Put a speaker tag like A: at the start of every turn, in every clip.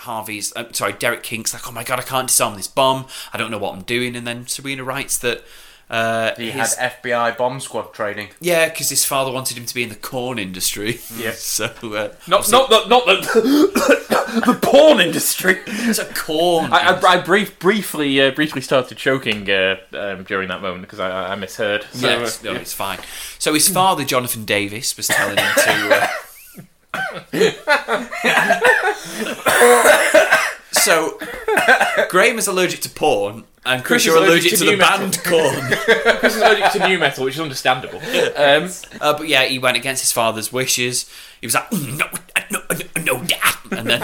A: Harvey's, uh, sorry, Derek Kink's like, oh my god, I can't disarm this bomb. I don't know what I'm doing. And then Serena writes that. Uh,
B: He
A: his-
B: had FBI bomb squad training.
A: yeah, because his father wanted him to be in the corn industry.
B: Yeah.
A: so uh,
B: Not, not, not, not the, the porn industry.
A: it's a corn.
C: I, I, I brief, briefly uh, briefly started choking uh, um, during that moment because I, I I misheard. So,
A: Yeah,
C: uh,
A: it's- no, it's fine. So his father, Jonathan Davis, was telling him to. Uh, so Graham is allergic to porn, and Chris,
C: Chris
A: you're
C: is
A: allergic,
C: allergic
A: to,
C: to
A: the
C: new metal.
A: band corn.
C: Chris is allergic to new metal, which is understandable. Um,
A: Uh, but yeah, he went against his father's wishes. He was like, "Mm, no, no, no, no, dad, and then.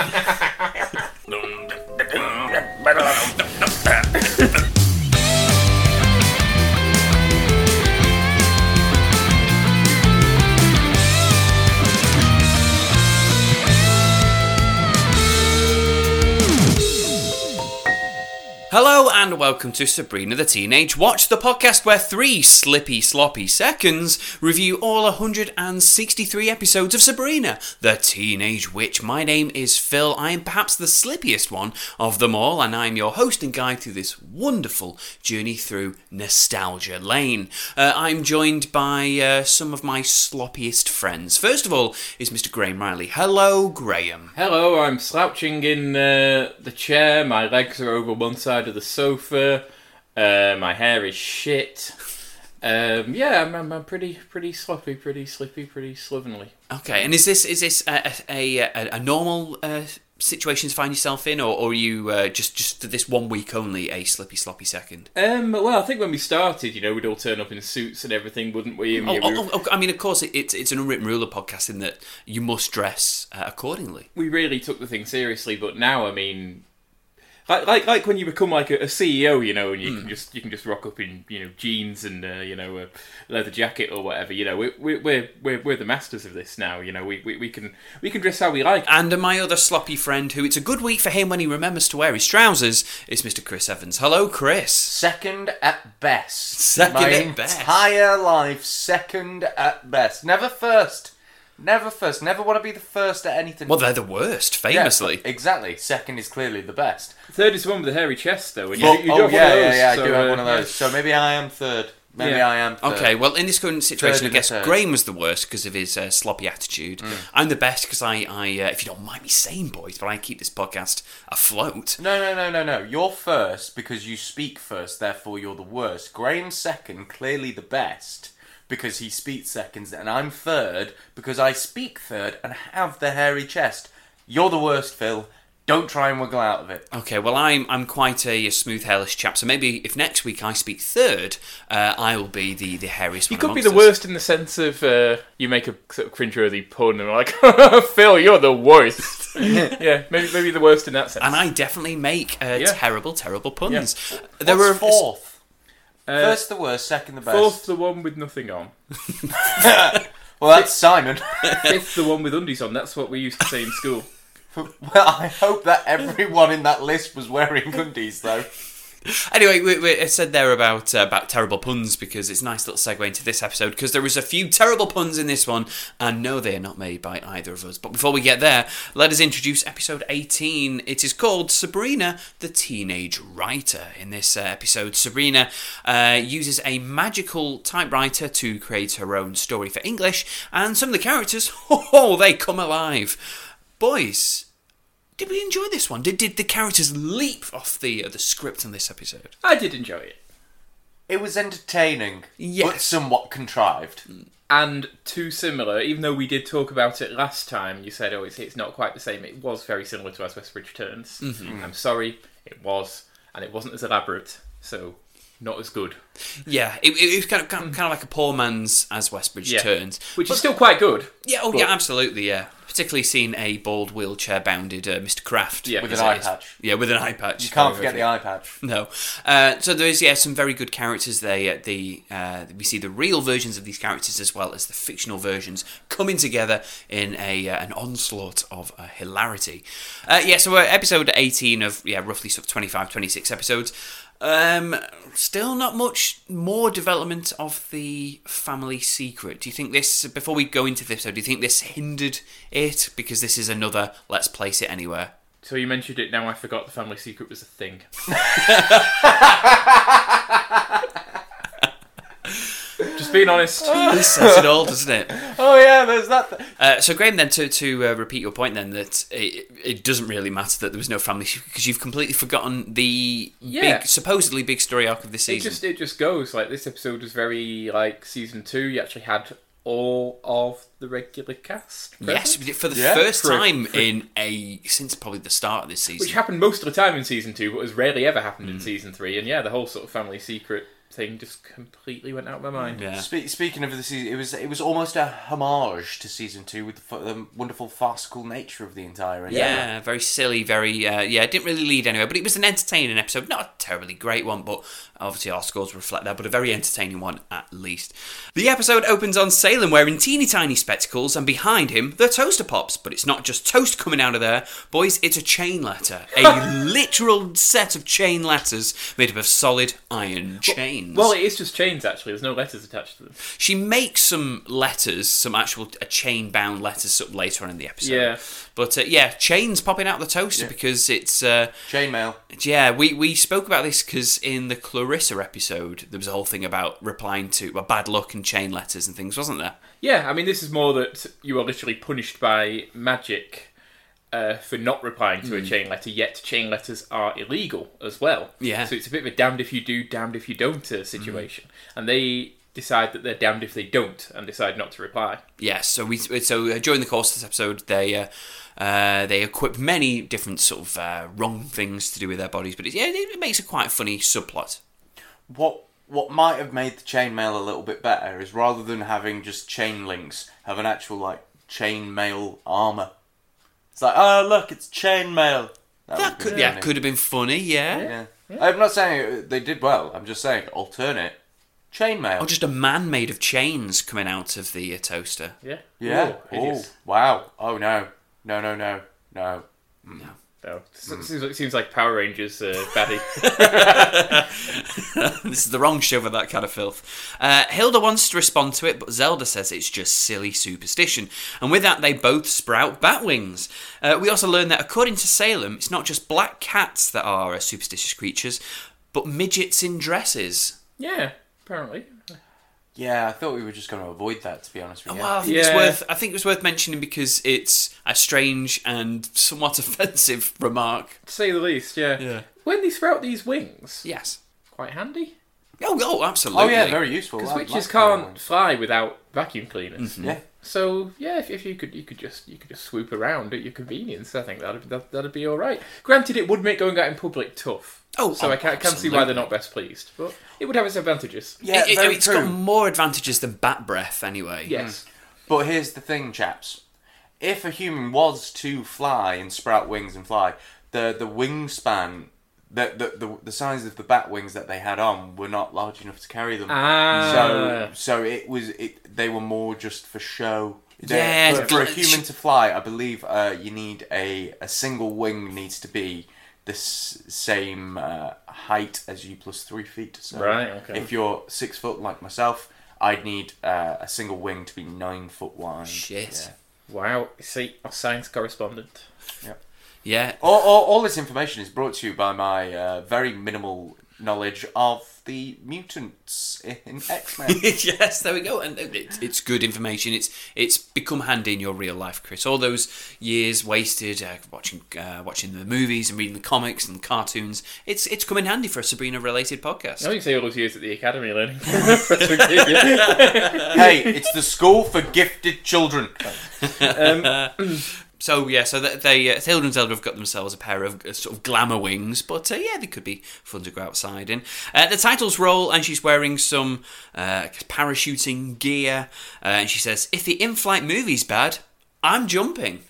A: Hello and welcome to Sabrina the Teenage Watch, the podcast where three slippy, sloppy seconds review all 163 episodes of Sabrina the Teenage Witch. My name is Phil. I am perhaps the slippiest one of them all, and I'm your host and guide through this wonderful journey through Nostalgia Lane. Uh, I'm joined by uh, some of my sloppiest friends. First of all is Mr. Graham Riley. Hello, Graham.
C: Hello, I'm slouching in uh, the chair. My legs are over one side of the sofa. Uh, my hair is shit. Um, yeah, I'm, I'm, I'm pretty, pretty sloppy, pretty slippy, pretty slovenly.
A: Okay, and is this is this a a, a, a normal uh, situation to find yourself in, or, or are you uh, just just for this one week only a slippy sloppy second?
C: Um, well, I think when we started, you know, we'd all turn up in suits and everything, wouldn't we? And
A: Oh,
C: we-
A: oh, oh, oh, I mean, of course, it, it's it's an unwritten rule of podcasting that you must dress uh, accordingly.
C: we really took the thing seriously, but now, I mean, like, like, like when you become like a, a CEO, you know, and you
B: Hmm.
C: can just you can just rock up in you know jeans and uh, you know a leather jacket or whatever. You know, we, we, we're we're we're the masters of this now. You know, we, we, we can we can dress how we like.
A: And my other sloppy friend, who it's a good week for him when he remembers to wear his trousers, is Mr. Chris Evans. Hello, Chris.
B: Second at best.
A: Second
B: My
A: at best.
B: Entire life, second at best. Never first. Never first. Never want to be the first at anything.
A: Well, they're the worst,
B: Yeah,
A: famously.
B: exactly. Second is clearly the best.
C: Third is the one with the hairy chest, though. And you,
B: But-
C: you do
B: oh
C: have
B: yeah,
C: one of
B: yeah,
C: those,
B: yeah. I
C: so,
B: do have
C: uh,
B: one of those. So maybe I am third. Maybe
C: Yeah.
B: I am. Third.
A: Okay, well, in this current situation,
B: Third
A: I
B: and
A: guess
B: third.
A: Graham was the worst because of his uh, sloppy attitude. I'm the best because I, I uh, if you don't mind me saying, boys, but I keep this podcast afloat.
B: No, no, no, no, no. You're first because you speak first. Therefore, you're the worst. Graham's second, clearly the best because he speaks seconds, and I'm third because I speak third and have the hairy chest. You're the worst, Phil. Don't try and wiggle out of it.
A: Okay, well, I'm I'm quite a, smooth hairless chap, so maybe if next week I speak third, uh, I will be the the hairiest.
C: You could be the worst in the sense of uh, you make a sort of cringeworthy pun and like, Phil, you're the worst. yeah, maybe maybe the worst in that sense.
A: And I definitely make uh,
C: Yeah.
A: terrible, terrible puns. There
B: There
A: were
B: What's were fourth.
C: Uh,
B: First the worst, second the best.
C: fourth, the one with nothing on.
B: Well, that's Simon.
C: Fifth, the one with undies on. That's what we used to say in school.
B: well, I hope that everyone in that list was wearing undies, though.
A: Anyway, we, we I said there about uh, about terrible puns because it's a nice little segue into this episode because there was a few terrible puns in this one, and no, they are not made by either of us. But before we get there, let us introduce episode 18. It is called Sabrina the Teenage Writer. In this uh, episode, Sabrina uh, uses a magical typewriter to create her own story for English, and some of the characters, oh, they come alive. Boys, did we enjoy this one? Did, did the characters leap off the uh, the script in this episode?
C: I did enjoy it.
B: It was entertaining, but
A: Yes.
B: somewhat contrived.
C: And too similar, even though we did talk about it last time, you said, oh, it's, it's not quite the same. It was very similar to As Westbridge Turns.
B: Mm-hmm.
C: I'm sorry, it was. And it wasn't as elaborate, so not as good.
A: Yeah, it, it it was kind of, kind of kind of like a poor man's as Westbridge
C: Hmm. Yeah.
A: turns.
C: Which is still quite good.
A: Yeah, oh yeah, absolutely, yeah. Particularly seeing a bald wheelchair-bounded uh, Mr. Kraft
C: Yeah. With
B: an
A: as it
B: eye
A: is.
B: patch.
A: Yeah, with an eye patch.
B: You can't forget the eye patch.
A: No. Uh, so there is yeah some very good characters there. Yeah, the uh, we see the real versions of these characters as well as the fictional versions coming together in a uh, an onslaught of uh, hilarity. Uh, yeah, so we're at episode 18 of yeah roughly sort of 25 26 episodes. Um, still not much more development of the family secret. Do you think this before we go into this? though, Do you think this hindered it because this is another let's place it anywhere?
C: So you mentioned it. Now I forgot the family secret was a thing. Just being honest.
A: This says it all, doesn't it?
B: Oh yeah, there's that. Th-
A: Uh, so, Graham, then to to uh, repeat your point, then that it, it doesn't really matter that there was no family because you've completely forgotten the
C: Yeah.
A: big, supposedly big story arc of this
C: It
A: season.
C: just it just goes like this episode was very like season two. You actually had all of the regular cast.
A: yes,
C: present,
A: we did- for the
B: Yeah,
A: first
C: for-
A: time in a since probably the start of this season.
C: which happened most of the time in season two, but has rarely ever happened
A: Hmm.
C: in season three. And yeah, the whole sort of family secret thing just completely went out of my mind.
A: yeah.
B: Spe- speaking of the season, it was it was almost a homage to season two with the, fu- the wonderful farcical nature of the entire. endeavour.
A: Yeah, very silly, very uh, yeah. It didn't really lead anywhere, but it was an entertaining episode. Not a terribly great one, but obviously our scores reflect that. But a very entertaining one at least. The episode opens on Salem wearing teeny tiny spectacles, and behind him the toaster pops. But it's not just toast coming out of there, boys. It's a chain letter, a literal set of chain letters made up of solid iron chains.
C: Well, it is just chains actually. There's no letters attached to them.
A: She makes some letters, some actual a chain bound letters, sort of later on in the episode.
C: Yeah.
A: But uh, yeah, chains popping out of the toaster
B: Yeah.
A: because it's uh,
B: Chainmail.
A: yeah. We we spoke about this because in the Clarissa episode there was a whole thing about replying to well, bad luck and chain letters and things, wasn't there?
C: Yeah, I mean, this is more that you are literally punished by magic uh, for not replying to a chain letter, yet chain letters are illegal as well.
A: Yeah.
C: So it's a bit of a damned if you do, damned if you don't uh, situation. And they decide that they're damned if they don't and decide not to reply.
A: Yes. so we so uh, during the course of this episode, they uh, uh, they equip many different sort of uh, wrong things to do with their bodies, but it, yeah, it makes a quite funny subplot.
B: What what might have made the chainmail a little bit better is rather than having just chain links, have an actual like chainmail armor. It's like, oh look, it's chainmail.
A: That could yeah, could have been funny, yeah.
B: Yeah. I'm not saying uh, they did well. I'm just saying alternate chainmail.
A: Or just a man made of chains coming out of the uh, toaster.
C: Yeah.
B: yeah.
C: Ooh,
B: Oh,
C: hideous.
B: wow. Oh no. No. No. No. No.
C: No. So- Seems, like, seems like Power Rangers uh, baddie.
A: this is the wrong show for that kind of filth. Uh, Hilda wants to respond to it, but Zelda says it's just silly superstition. And with that, they both sprout bat wings. Uh, we also learn that according to Salem, it's not just black cats that are uh, superstitious creatures, but midgets in dresses.
C: yeah, apparently.
B: Yeah, I thought we were just going to avoid that. To be honest with you.
A: Well, Oh, I think it's
C: Yeah.
A: worth. I think it was worth mentioning because it's a strange and somewhat offensive remark.
C: To say the least, yeah.
A: Yeah.
C: When they sprout these wings,
A: Yes.
C: quite handy.
A: Oh, oh, absolutely.
B: oh yeah, very useful.
C: Because
B: I
C: witches
B: like
C: can't
B: that.
C: fly without vacuum cleaners.
B: Yeah.
C: So yeah, if, if you could, you could just you could just swoop around at your convenience. I think that'd that, that'd be all right. Granted, it would make going out in public tough.
A: Oh,
C: so
A: oh,
C: I can't, can't see why
A: absolutely.
C: they're not best pleased, but it would have its advantages.
B: Yeah, Hmm.
A: it,
B: very
A: has
B: true.
A: got more advantages than bat breath, anyway.
C: Yes,
B: But here's the thing, chaps. If a human was to fly and sprout wings and fly, the the wingspan, the the, the, the size of the bat wings that they had on were not large enough to carry them.
C: Ah.
B: So so it was it. They were more just for show. They-
A: Yeah,
B: for, for a
A: but-
B: human to fly, I believe uh, you need a a single wing needs to be the s- same uh, height as you plus three feet. So
C: Right, okay.
B: If you're six foot like myself, I'd need uh, a single wing to be nine foot wide.
A: Shit.
B: Yeah.
C: wow. See, our science correspondent.
A: Yeah.
B: All, all, all this information is brought to you by my uh, very minimal knowledge of the mutants in X Men.
A: yes, there we go, and it, it's good information. It's it's become handy in your real life, Chris. All those years wasted uh, watching uh, watching the movies and reading the comics and cartoons. It's it's come in handy for a Sabrina related podcast.
C: I
A: Oh,
C: only say all those years at the academy learning.
B: hey, it's the school for gifted children.
A: So yeah, so that they uh, Hilda and Zelda have got themselves a pair of uh, sort of glamour wings, but uh, yeah, they could be fun to go outside in. Uh, the title's roll, and she's wearing some uh, parachuting gear, uh, and she says, "If the in-flight movie's bad, I'm jumping."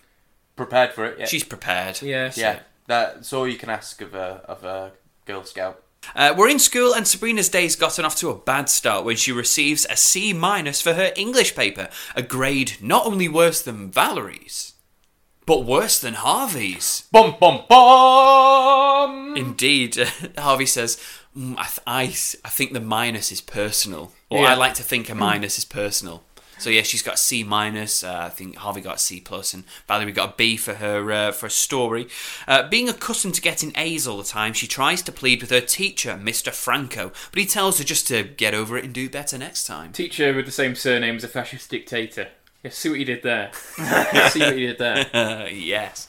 B: Prepared for it. Yeah.
A: She's prepared.
C: yeah, so-
B: yeah. That's all you can ask of a of a Girl Scout.
A: Uh, we're in school, and Sabrina's day's gotten off to a bad start when she receives a C minus for her English paper, a grade not only worse than Valerie's, but worse than Harvey's.
B: Bum bum bum.
A: Indeed, Harvey says, "Mm, I, th- I, s- I think the minus is personal, or
C: Yeah.
A: I like to think a minus is personal. So yeah, she's got a C minus. Uh, I think Harvey got a C plus, and Valerie got a B for her uh, for a story. Uh, being accustomed to getting A's all the time, she tries to plead with her teacher, Mr. Franco, but he tells her just to get over it and do better next time.
C: Teacher with the same surname as a fascist dictator. Yeah, see what you did there. Yeah, see what you did there.
A: Uh, yes.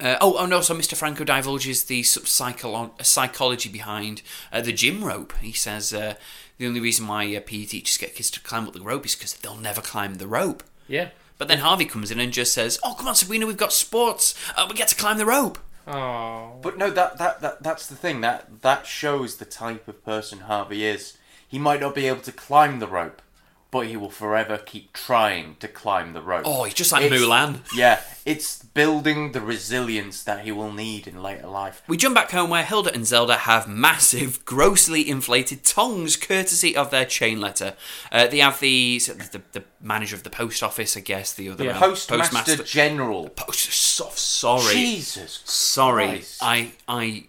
A: Uh, oh, oh no. So Mr. Franco divulges the sort of psycholo- psychology behind uh, the gym rope. He says uh, the only reason why uh, PE teachers get kids to climb up the rope is because they'll never climb the rope.
C: Yeah.
A: But then Harvey comes in and just says, "Oh, come on, Sabrina, we've got sports. Uh, we get to climb the rope."
C: Oh.
B: But no, that, that that that's the thing. That that shows the type of person Harvey is. He might not be able to climb the rope, but he will forever keep trying to climb the rope.
A: Oh, he's just like
B: It's-
A: Mulan.
B: Yeah, it's building the resilience that he will need in later life.
A: We jump back home where Hilda and Zelda have massive, grossly inflated tongs, courtesy of their chain letter. Uh, they have the, so the the manager of the post office, I guess, the other
C: Yeah,
A: um,
B: Postmaster, General.
A: Post, so- sorry,
B: Jesus.
A: sorry.
B: Christ.
A: I I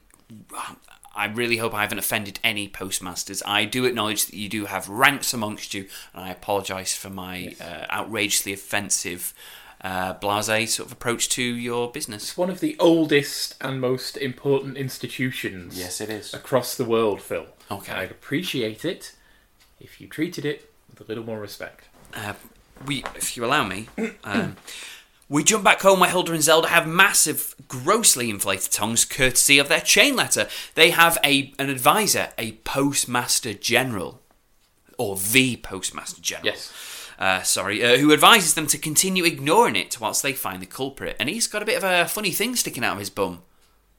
A: I really hope I haven't offended any postmasters. I do acknowledge that you do have ranks amongst you, and I apologise for my uh, outrageously offensive, uh, blasé sort of approach to your business.
C: It's one of the oldest and most important institutions
B: Yes, it is.
C: across the world, Phil.
A: Okay.
C: And I'd appreciate it if you treated it with a little more respect.
A: uh, we, if you allow me, um, we jump back home where Hilda and Zelda have massive, grossly inflated tongues, courtesy of their chain letter. They have a an advisor, a postmaster general, or the postmaster general.
C: Yes.
A: Uh, sorry, uh, who advises them to continue ignoring it whilst they find the culprit. And he's got a bit of a funny thing sticking out of his bum.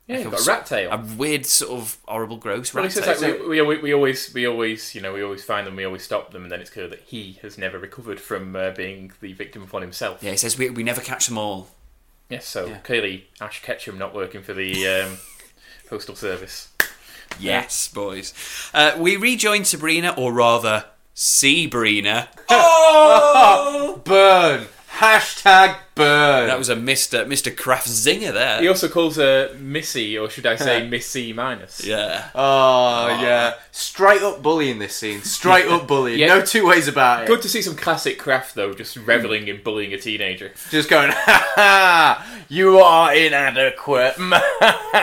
C: Yeah, you've
A: Like
C: got a rat tail.
A: A weird, sort of horrible, gross
C: Well,
A: rat
C: it's just
A: tail.
C: like we, we, we always, we always, you know, we always find them, we always stop them, and then it's clear that he has never recovered from uh, being the victim of one himself.
A: yeah, he says, we, we never catch them all.
C: Yes, so
B: Yeah.
C: clearly Ash Ketchum not working for the um, postal service.
A: Yes, boys. Uh, we rejoin Sabrina, or rather, Sabrina. Oh!
B: Burn. Hashtag burn.
A: that was a Mr. Mr. Kraft zinger
C: He
A: there.
C: also calls her Missy, or should I say Missy minus?
A: Yeah.
B: Oh, yeah. Straight up bullying this scene. Straight up bullying.
C: Yeah.
B: No two ways about it.
C: Good to see some classic craft though, just reveling in bullying a teenager.
B: Just going, ha ha, you are inadequate.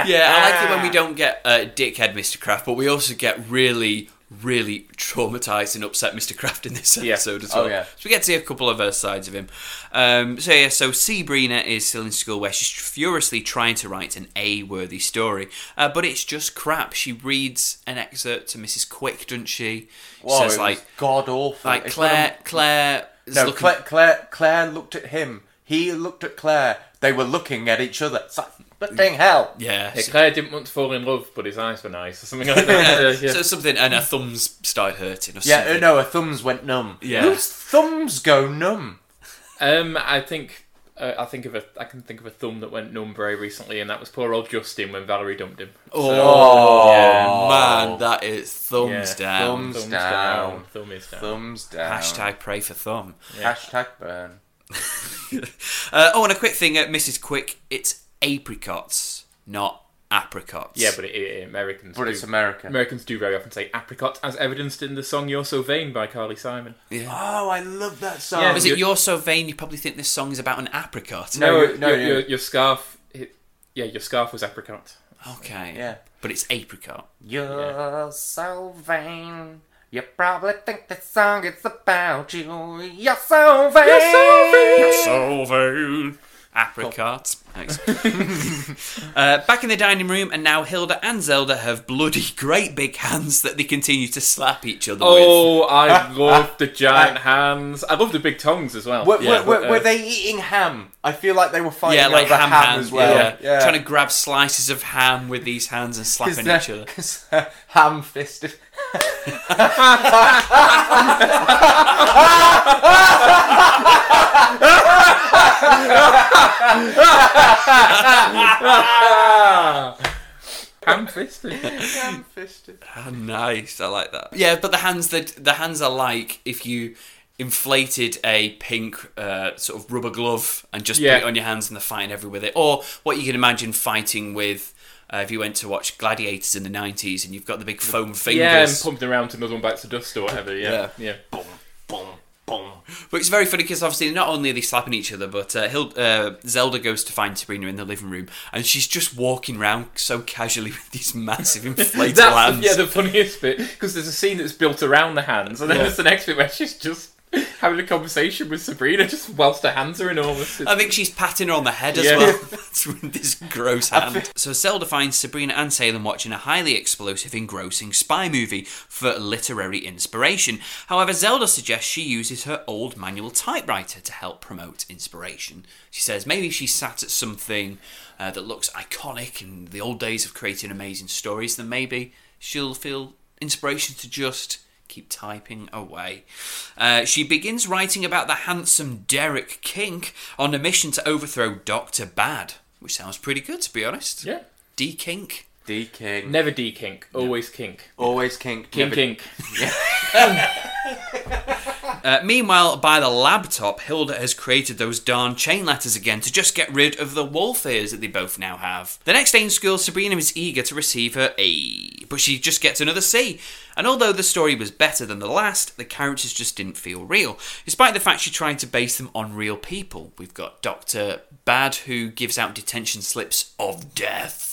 A: Yeah, I like it
B: Ah.
A: when we don't get uh, dickhead Mr. Kraft, but we also get really, really traumatized and upset Mr. Kraft in this
C: Yeah.
A: episode as
B: Oh,
A: well.
B: yeah.
A: So we get to see a couple of uh, sides of him. Um, so yeah, so Sabrina is still in school where she's furiously trying to write an A-worthy story, uh, but it's just crap. She reads an excerpt to Mrs. Quick, doesn't she?
B: Whoa,
A: Says like.
B: God awful.
A: Like
B: It's
A: Claire, Claire. Is
B: one of- no,
A: looking,
B: Claire, Claire, Claire looked at him. He looked at Claire. They were looking at each other. It's like, but dang hell.
A: Yeah.
C: Yeah,
A: so-
C: Claire didn't want to fall in love, but his eyes were nice, or something like that. Uh, yeah.
A: So something, and her thumbs started hurting or
B: Yeah,
A: something.
B: uh, no, her thumbs went numb.
A: Yeah.
B: Whose thumbs go numb?
C: Um, I think uh, I think of a I can think of a thumb that went numb very recently, and that was poor old Justin when Valerie dumped him.
A: Oh,
B: Yeah.
A: man, that is thumbs
C: Yeah,
A: down.
B: thumbs down.
C: Thumb is down.
B: Thumbs down.
A: Hashtag pray for thumb.
B: Hashtag burn.
A: Uh, oh, and a quick thing, uh, Mrs. Quick, it's apricots, not apricots.
C: Yeah, but it, it, Americans
B: But
C: do.
B: it's America.
C: Americans do very often say apricot, as evidenced in the song "You're So Vain" by Carly Simon.
A: Yeah.
B: Oh, I love that song.
C: Yeah,
A: Is it you're so vain? You probably think this song is about an apricot.
B: No,
C: No,
B: you-
C: your,
B: no, you-
C: your, your scarf. It, yeah, your scarf was apricot.
A: Okay.
B: Yeah.
A: But it's apricot.
B: You're so vain. You probably think this song is about you. You're so vain. You're
A: So
B: so vain.
A: vain. Apricots. Thanks. uh, back in the dining room, and now Hilda and Zelda have bloody great big hands that they continue to slap each other with.
C: Oh, I love the giant hands. I love the big tongues as well.
B: Were,
A: Yeah.
B: were, were,
C: Uh,
B: were they eating ham? I feel like they were fighting
A: Yeah, like
B: over
A: ham,
B: ham,
A: hands.
B: as well.
A: Yeah.
B: yeah.
A: trying to grab slices of ham with these hands and slapping
B: they're-
A: each other.
B: 'cause they're ham fisted.
C: Ham fisted.
B: ham fisted.
A: Ah, nice, I like that. Yeah, but the hands that the hands are like if you inflated a pink uh, sort of rubber glove and just
C: Yeah.
A: put it on your hands and they're fighting everywhere with it, or what you can imagine fighting with. Uh, if you went to watch Gladiators in the '90s and you've got the big foam fingers,
C: yeah, and pumped around to another one bites the dust or whatever. Yeah, yeah.
B: Boom, boom, boom.
A: But it's very funny because obviously not only are they slapping each other, but uh, Hil- uh, Zelda goes to find Sabrina in the living room, and she's just walking around so casually with these massive inflatable
C: That's
A: hands.
C: The, yeah, the funniest bit because there's a scene that's built around the hands, and then there's the next bit where she's just having a conversation with Sabrina, just whilst her hands are enormous.
A: I think she's patting her on the head as
C: Yeah.
A: well. That's with this gross hand. So Zelda finds Sabrina and Salem watching a highly explosive, engrossing spy movie for literary inspiration. However, Zelda suggests she uses her old manual typewriter to help promote inspiration. She says maybe she sat at something uh, that looks iconic in the old days of creating amazing stories, then maybe she'll feel inspiration to just keep typing away. Uh, she begins writing about the handsome Derek Kink on a mission to overthrow Dr. Bad, which sounds pretty good to be honest.
C: yeah,
A: D Kink.
B: D King.
C: never de-kink, always kink,
B: Always kink.
C: kink,
B: never-
C: kink.
A: Uh, meanwhile, by the laptop, Hilda has created those darn chain letters again to just get rid of the wolf ears that they both now have. The next day in school, Sabrina is eager to receive her A, but she just gets another C. And although the story was better than the last, the characters just didn't feel real, despite the fact she tried to base them on real people. We've got Dr. Bad, who gives out detention slips of death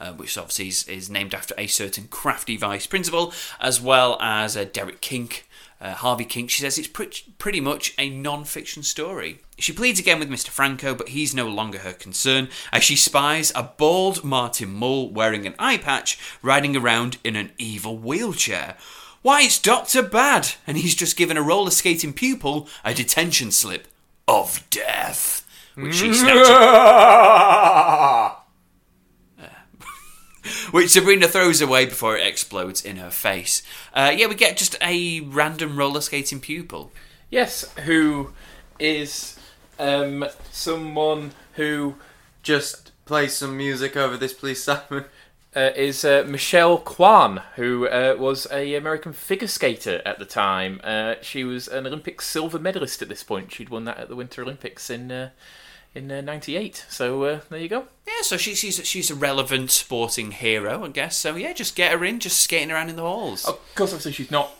A: uh, which obviously is, is named after a certain crafty vice principal, as well as uh, Derek Kink. Uh, Harvey Kink, she says it's pretty, pretty much a non fiction story. She pleads again with Mr. Franco, but he's no longer her concern as she spies a bald Martin Mull wearing an eye patch riding around in an evil wheelchair. Why, it's Dr. Bad, and he's just given a roller skating pupil a detention slip of death, which she snatches which Sabrina throws away before it explodes in her face. Uh, yeah, we get just a random roller skating pupil.
C: Yes, who is um, someone who
B: Just play some music over this, please, Simon.
C: uh, is uh, Michelle Kwan, who uh, was a American figure skater at the time. Uh, she was an Olympic silver medalist at this point. She'd won that at the Winter Olympics in uh, in uh, '98. So uh, there you go.
A: Yeah, so she, she's she's a relevant sporting hero, I guess. So yeah, just get her in, just skating around in the halls.
C: Of course, obviously she's not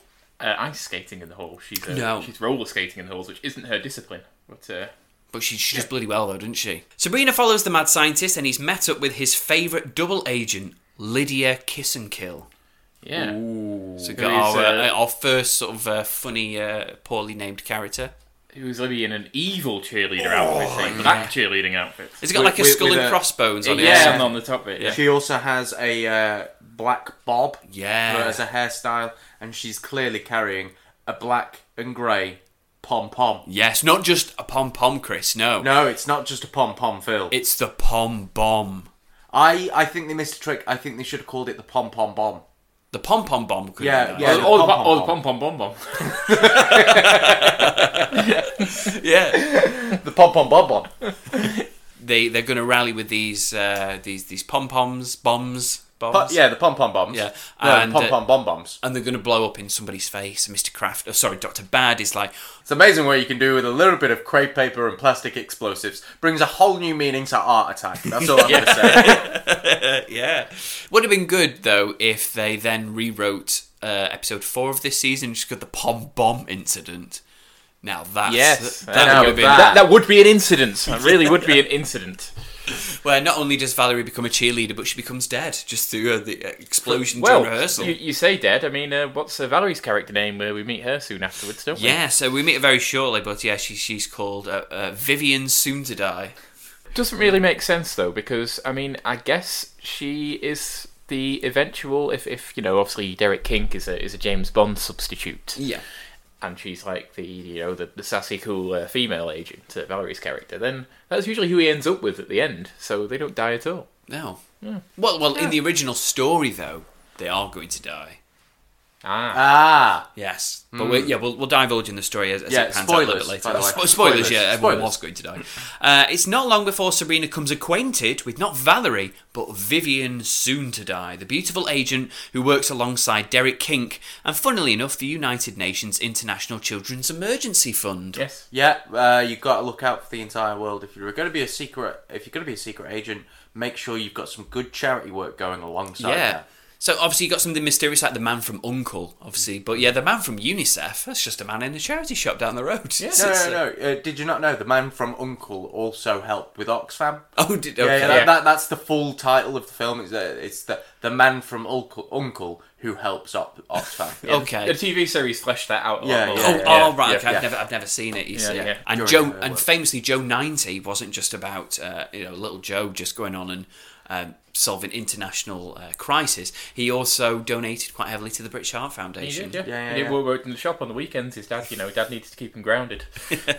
C: uh, ice skating in the halls. She's uh,
A: No.
C: she's roller skating in the halls, which isn't her discipline. But uh,
A: But she, she does bloody well though, doesn't she? Sabrina follows the mad scientist, and he's met up with his favourite double agent, Lydia Kiss and Kill.
C: yeah,
A: So we've
C: Who
A: got
C: is,
A: our, uh,
C: uh,
A: our first sort of uh, funny, uh, poorly named character.
C: who was living in an evil cheerleader outfit, thing, black cheerleading outfit.
A: It's got
B: With-
A: like a
B: with-
A: skull
B: with
A: and
B: a-
A: crossbones on it.
C: yeah, and on the top of it. Yeah.
B: She also has a uh, black bob
A: Yeah.
B: as a hairstyle, and she's clearly carrying a black and grey pom pom.
A: Yes, not just a pom pom, Chris. No.
B: No, it's not just a pom pom, Phil.
A: It's the pom bomb.
B: I, I think they missed a trick. I think they should have called it the pom pom bomb.
A: The pom pom bomb. couldn't
B: Yeah,
A: it?
B: yeah.
C: Oh, the
B: Pom-pom
C: pom- oh, the
B: bomb.
C: pom pom bomb bomb.
A: yeah.
B: The pom pom bomb bomb.
A: They they're going to rally with these uh, these these pom poms bombs bombs.
B: Po- yeah, the pom pom bombs.
A: Yeah,
B: no,
A: and, uh,
B: the pom pom bomb bombs.
A: And they're going to blow up in somebody's face. And Mr. Kraft, oh, sorry, Dr. Bad is like,
B: It's amazing what you can do with a little bit of crepe paper and plastic explosives. Brings a whole new meaning to art attack. That's all I'm going to say.
A: yeah. Would have been good though if they then rewrote uh, episode four of this season and just got the pom bomb incident. Now that's
C: Yes.
A: that would
B: Now with
A: have been
B: that-
C: That, that would be an incident. That really would be an incident.
A: where not only does Valerie become a cheerleader, but she becomes dead just through uh, the uh, explosion
C: Well,
A: during rehearsal.
C: You, you say dead. I mean, uh, what's uh, Valerie's character name? Where we meet her soon afterwards, don't we?
A: Yeah, so we meet her very shortly, but yeah, she, she's called uh, uh, Vivian Soon to Die.
C: Doesn't really make sense though, because I mean, I guess she is the eventual. If, if you know, obviously Derek Kink is a is a James Bond substitute,
A: Yeah.
C: and she's like the you know the, the sassy cool uh, female agent, uh, Valerie's character. Then that's usually who he ends up with at the end. So they don't die at all.
A: No. Well, well, in the original story though, they are going to die.
C: Ah,
B: ah,
A: Yes, but we yeah, we'll, we'll divulge in the story as, as
B: Yeah,
A: it pans out a little bit
B: spoilers,
A: later.
B: by the way.
A: Spo- spoilers,
B: Spoilers,
A: yeah, everyone
B: spoilers.
A: was going to die. Uh, it's not long before Sabrina comes acquainted with not Valerie, but Vivian Soon to Die, the beautiful agent who works alongside Derek Kink, and funnily enough, the United Nations International Children's Emergency Fund.
C: yes.
B: yeah. Uh, you've got to look out for the entire world. If you're going to be a secret, if you're going to be a secret agent, make sure you've got some good charity work going alongside.
A: yeah.
B: that.
A: So obviously you got something mysterious like the man from Uncle, obviously, but yeah, the man from UNICEF. That's just a man in a charity shop down the road. Yeah.
B: No, no, no. Uh, did you not know the man from Uncle also helped with Oxfam?
A: Oh, did,
B: Yeah,
A: okay.
B: yeah,
C: Yeah.
B: that, that, that's the full title of the film. It's, uh, it's the the man from Uncle, Uncle who helps up Oxfam.
A: Okay.
C: The TV series fleshed that out a
B: Yeah,
C: lot more.
B: yeah,
A: Oh,
B: yeah.
A: oh, right. okay.
B: yeah.
A: I've never, I've never seen it. You
C: Yeah,
A: see.
C: yeah.
A: And
B: During
A: Joe,
B: the
A: and
B: work.
A: famously, Joe ninety wasn't just about uh, you know little Joe just going on and um, solving international uh, crisis. He also donated quite heavily to the British Heart
C: He
A: Foundation.
C: did, yeah.
B: Yeah, yeah,
C: He
B: yeah.
C: worked in the shop on the weekends. His dad, you know, dad needed to keep him grounded.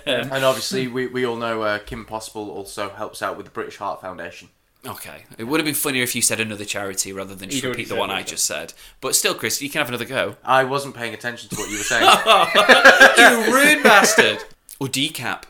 B: And obviously, we, we all know uh, Kim Possible also helps out with the British Heart Foundation.
A: Okay. It would have been funnier if you said another charity rather than just
C: You'd already
A: repeat the
C: said
A: one
C: it,
A: I
C: yeah.
A: just said. But still, Chris, you can have another go.
B: I wasn't paying attention to what you were saying.
A: you rude bastard. Or decap.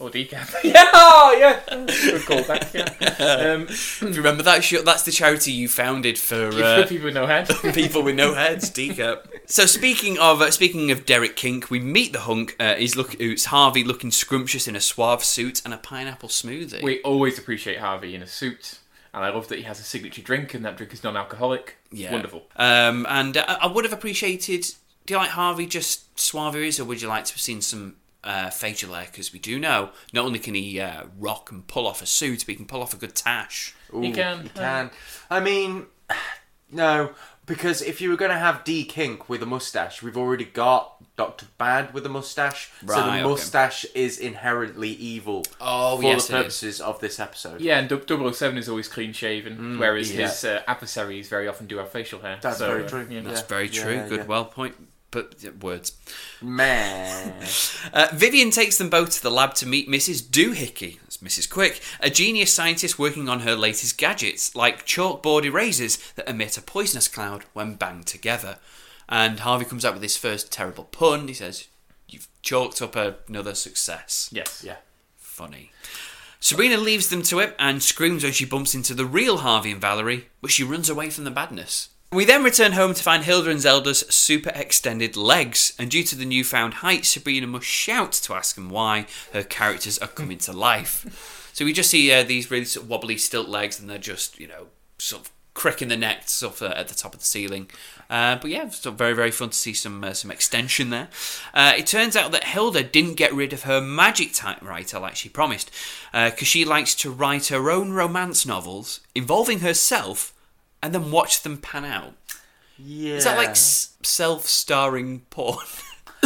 C: Or decaf. yeah, oh, yeah. Good callback, yeah. Um,
A: Do you remember that? Sure, That's the charity you founded for. Uh,
C: people with no head.
A: people with no heads, decap. So speaking of uh, speaking of Derek Kink, we meet the hunk. Uh, he's look, it's Harvey looking scrumptious in a suave suit and a pineapple smoothie.
C: we always appreciate Harvey in a suit. And I love that he has a signature drink, and that drink is non alcoholic. Wonderful.
A: Um, and uh, I would have appreciated. Do you like Harvey just suave is, or would you like to have seen some uh, facial hair? Because we do know not only can he uh, rock and pull off a suit, but he can pull off a good tash.
B: Ooh,
C: can.
B: You can. I mean, no, because if you were going to have D Kink with a mustache, we've already got Doctor Bad with a mustache. so
A: Right,
B: the
A: okay.
B: mustache is inherently evil.
A: Oh,
B: for
A: yes, it
B: the
A: is.
B: purposes of this episode.
C: Yeah, and 007 is always clean shaven, whereas
B: Mm, yeah.
C: his uh, adversaries very often do have facial hair.
B: That's
C: so,
B: very
C: uh,
B: true.
C: you know.
A: That's
B: Yeah,
A: very
B: yeah,
A: true.
B: yeah,
A: good,
B: yeah.
A: well point. But yeah, words.
B: Man.
A: Uh, Vivian takes them both to the lab to meet Mrs. Doohickey, that's Mrs. Quick, a genius scientist working on her latest gadgets, like chalkboard erasers that emit a poisonous cloud when banged together. And Harvey comes out with his first terrible pun. He says, You've chalked up another success.
C: Yes.
B: yeah.
A: Funny. Sabrina leaves them to it and screams when she bumps into the real Harvey and Valerie, but she runs away from the badness. We then return home to find Hilda and Zelda's super extended legs, and due to the newfound height, Sabrina must shout to ask them why her characters are coming to life. So we just see uh, these really sort of wobbly stilt legs, and they're just, you know, sort of cricking the neck sort of, uh, at the top of the ceiling. Uh, but yeah, still very, very fun to see some uh, some extension there. Uh, it turns out that Hilda didn't get rid of her magic typewriter like she promised, because she likes to write her own romance novels involving herself and then watch them pan out.
B: Yeah.
A: Is that like s- self-starring porn?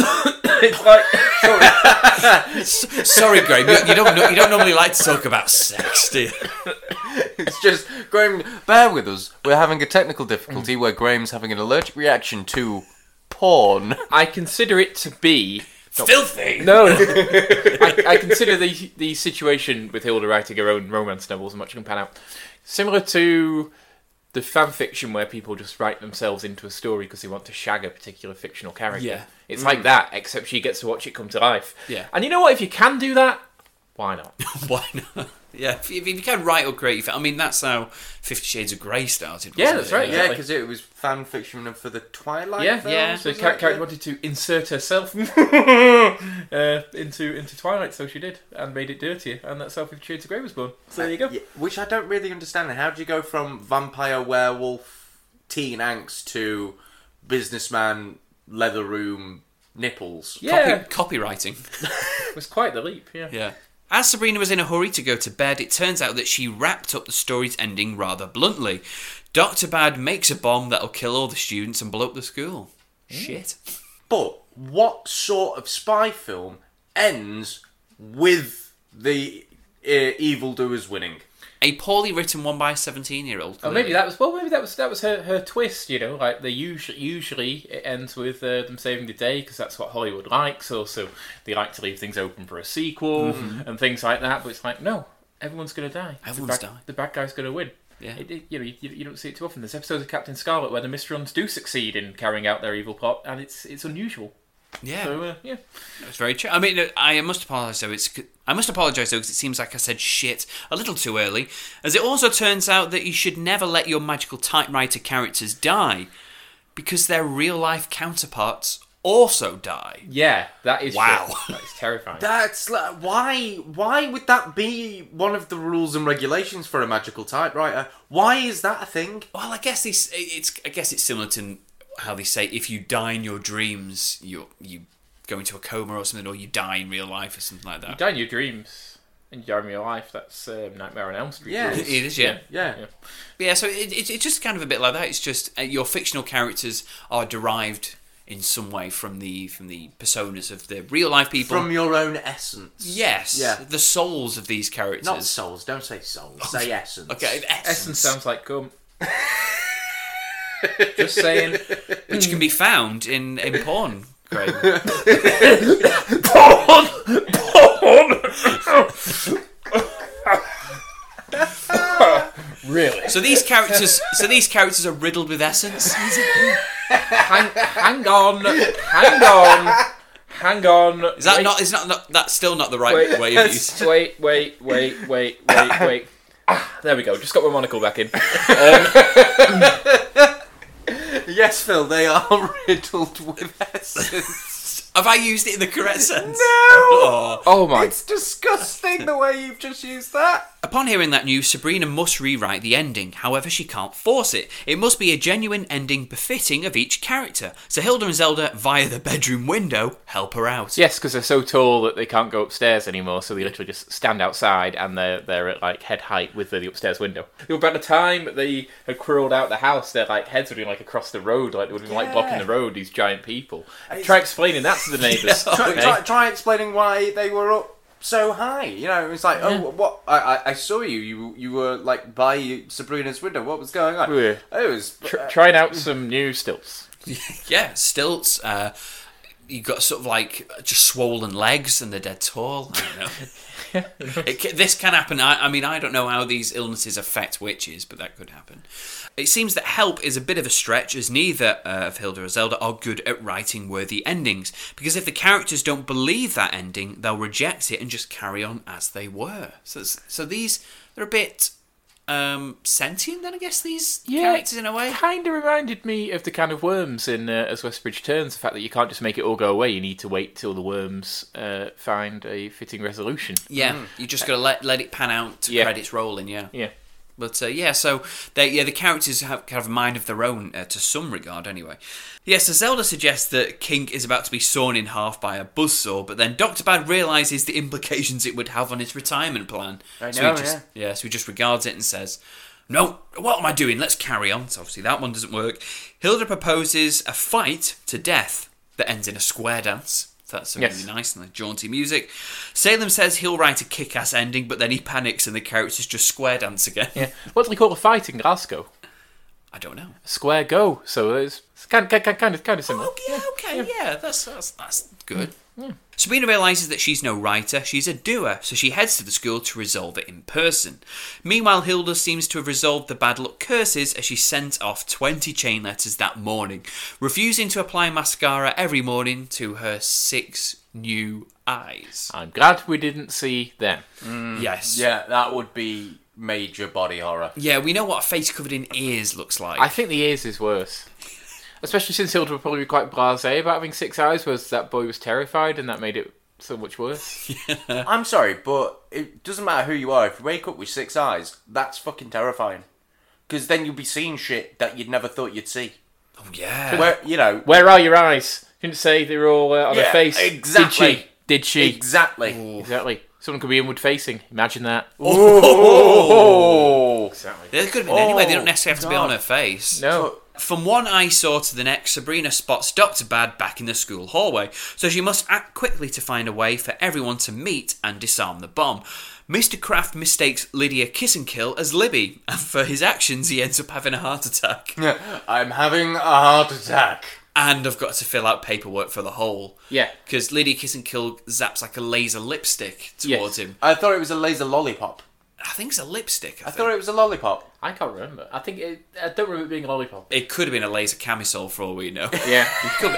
C: it's like, sorry.
A: Sorry, Graham, you, you don't you don't normally like to talk about sex, do you?
B: It's just Graham. Bear with us. We're having a technical difficulty
C: Mm.
B: where Graham's having an allergic reaction to porn.
C: I consider it to be
A: Filthy.
C: No, I, I consider the the situation with Hilda writing her own romance novels and watching them pan out similar to the fan fiction where people just write themselves into a story because they want to shag a particular fictional character.
A: Yeah. Mm.
C: It's like that, except she gets to watch it come to life.
A: Yeah.
C: And you know what? If you can do that, why not?
A: Why not? Yeah, if you, if you can write or create, your fa- I mean, that's how Fifty Shades of Grey started.
C: Yeah,
A: wasn't
C: that's
A: it?
C: right,
B: Yeah, because it was fan fiction for the Twilight.
C: yeah,
B: films,
A: yeah.
C: So the
B: wasn't
C: char-
B: it?
C: character wanted to insert herself uh, into into Twilight, so she did, and made it dirtier, and that's how Fifty Shades of Grey was born. So there you go.
B: Yeah, which I don't really understand. How do you go from vampire werewolf, teen angst to businessman leather room nipples?
C: Yeah,
A: Copy, copywriting.
C: it was quite the leap. Yeah.
A: Yeah. As Sabrina was in a hurry to go to bed, it turns out that she wrapped up the story's ending rather bluntly. Dr. Bad makes a bomb that'll kill all the students and blow up the school.
C: Mm.
A: Shit.
B: But what sort of spy film ends with the uh, evildoers winning?
A: A poorly written one by a 17 year old.
C: Oh, maybe that was well. Maybe that was that was her, her twist. You know, like they usually usually it ends with uh, them saving the day because that's what Hollywood likes. Also, they like to leave things open for a sequel and things like that. But it's like no, everyone's gonna die.
A: Mm-hmm. Everyone's
C: the bad,
A: die.
C: The bad guy's gonna win.
A: Yeah.
C: It- it- you know, you, you don't see it too often. There's episodes of Captain Scarlet where the misruns do succeed in carrying out their evil plot, and it's it's unusual.
A: Yeah.
C: So uh, yeah,
A: That's very true. I mean, I must apologise though. It's I must apologise though because it seems like I said shit a little too early. As it also turns out that you should never let your magical typewriter characters die because their real life counterparts also die.
C: Yeah, that is
A: Wow.
C: shit. That is terrifying.
B: That's like, why why would that be one of the rules and regulations for a magical typewriter? Why is that a thing?
A: Well, I guess this it's I guess it's similar to how they say if you die in your dreams, you you go into a coma or something, or you die in real life or something like
C: you
A: that.
C: die in your dreams and you die in real life. That's um, Nightmare on Elm Street.
B: Yeah.
C: rules.
A: It is, yeah.
B: Yeah.
C: Yeah.
A: But yeah, so it, it, it's just kind of a bit like that. It's just uh, your fictional characters are derived in some way from the from the personas of the real life people.
B: From your own essence.
A: yes,
B: Yeah.
A: the souls of these characters.
B: Not Oh, souls, don't say souls, say essence.
A: okay,
C: Essence
A: essence,
C: sounds like cum. Just saying.
A: which can be found in in porn. Graham.
C: Porn! Porn! really?
A: So these characters, so these characters are riddled with essence.
C: Hang, hang on. Hang on. Hang on.
A: Is that not? Is not, not that's still not the right
C: Wait,
A: way of use?
C: wait, wait, wait, wait, wait, wait. Ah, there we go. Just got my monocle back in.
B: Yes, Phil, they are riddled with essence.
A: Have I used it in the correct sense?
B: No!
A: Oh.
C: Oh my
B: it's disgusting the way you've just used that.
A: Upon hearing that news, Sabrina must rewrite the ending. However, she can't force it. It must be a genuine ending befitting of each character. So Hilda and Zelda, via the bedroom window, help her out.
C: Yes, because they're so tall that they can't go upstairs anymore, so they literally just stand outside and they're, they're at like head height with the, upstairs window. About the time they had crawled out the house, their like heads would be like across the road, like they would have been like blocking
B: Yeah.
C: the road, these giant people.
B: It's-
C: Try explaining that to the neighbours.
B: Try,
C: okay?
B: try, try explaining why they were up so high. You know, it's like, oh, what? I, I, I saw you. You you were like by Sabrina's window. What was going on? Oh,
C: Yeah.
B: It was. uh,
C: Tr- trying out some new stilts.
A: Yeah, stilts. Uh, you got sort of like just swollen legs and they're dead tall. I don't know. it, ca- this can happen. I, I mean, I don't know how these illnesses affect witches, but that could happen. It seems that help is a bit of a stretch, as neither uh, of Hilda or Zelda are good at writing worthy endings. Because if the characters don't believe that ending, they'll reject it and just carry on as they were. So, it's- so these they're a bit um, sentient, then I guess these characters in a way.
C: kind of reminded me of the can of worms in uh, As Westbridge Turns, the fact that you can't just make it all go away, you need to wait till the worms uh, find a fitting resolution.
A: Yeah, you just got to let let it pan out to
C: Yeah.
A: credits rolling. Yeah,
C: Yeah.
A: but uh, yeah, so they yeah the characters have kind of a mind of their own uh, to some regard anyway. Yeah, so Zelda suggests that Kink is about to be sawn in half by a buzzsaw, but then Doctor Bad realizes the implications it would have on his retirement plan.
B: I
A: so
B: know,
A: he just, yeah. so he just regards it and says. No, what am I doing? Let's carry on. So obviously that one doesn't work. Hilda proposes a fight to death that ends in a square dance. So that's a
C: Yes.
A: really nice and jaunty music. Salem says he'll write a kick-ass ending, but then he panics and the characters just square dance again.
C: Yeah. What do they call a fight in Glasgow?
A: I don't know.
C: Square go. So it's, it's kind, kind, kind of kind of similar.
A: Oh, yeah, okay, yeah, Hmm, that's that's that's good. Sabrina realizes that she's no writer, she's a doer, so she heads to the school to resolve it in person. Meanwhile, Hilda seems to have resolved the bad luck curses as she sent off 20 chain letters that morning, refusing to apply mascara every morning to her six new eyes.
C: I'm glad we didn't see them.
A: Yes.
B: Hmm. Yeah, that would be major body horror.
A: Yeah, we know what a face covered in ears looks like.
C: I think the ears is worse. Especially since Hilda would probably be quite blasé about having six eyes, whereas that boy was terrified, and that made it so much worse.
B: I'm sorry, but it doesn't matter who you are. If you wake up with six eyes, that's fucking terrifying. Because then you'll be seeing shit that you'd never thought you'd see.
A: oh, yeah.
B: Where you know
C: Where are your eyes? Didn't say they were all uh, on
B: Yeah,
C: her face.
B: exactly.
C: Did she? Did she?
B: exactly.
C: Exactly. Someone could be inward facing. Imagine that.
B: Oh,
A: They could have been anywhere, they
B: Oh,
A: don't necessarily have to be
B: God.
A: on her face.
C: No.
A: From one eyesore to the next, Sabrina spots Dr. Bad back in the school hallway, so she must act quickly to find a way for everyone to meet and disarm the bomb. Mr. Kraft mistakes Lydia Kiss and Kill as Libby, and for his actions, he ends up having a heart attack.
B: I'm having a heart attack.
A: And I've got to fill out paperwork for the whole.
C: Yeah.
A: Because Lydia Kiss and Kill zaps like a laser lipstick towards
C: Yes.
A: him.
B: I thought it was a laser lollipop.
A: I think it's a lipstick. I,
B: I thought it was a lollipop.
C: I can't remember. I think it, I don't remember it being a lollipop.
A: it could have been a laser camisole for all we know.
C: Yeah.
A: could,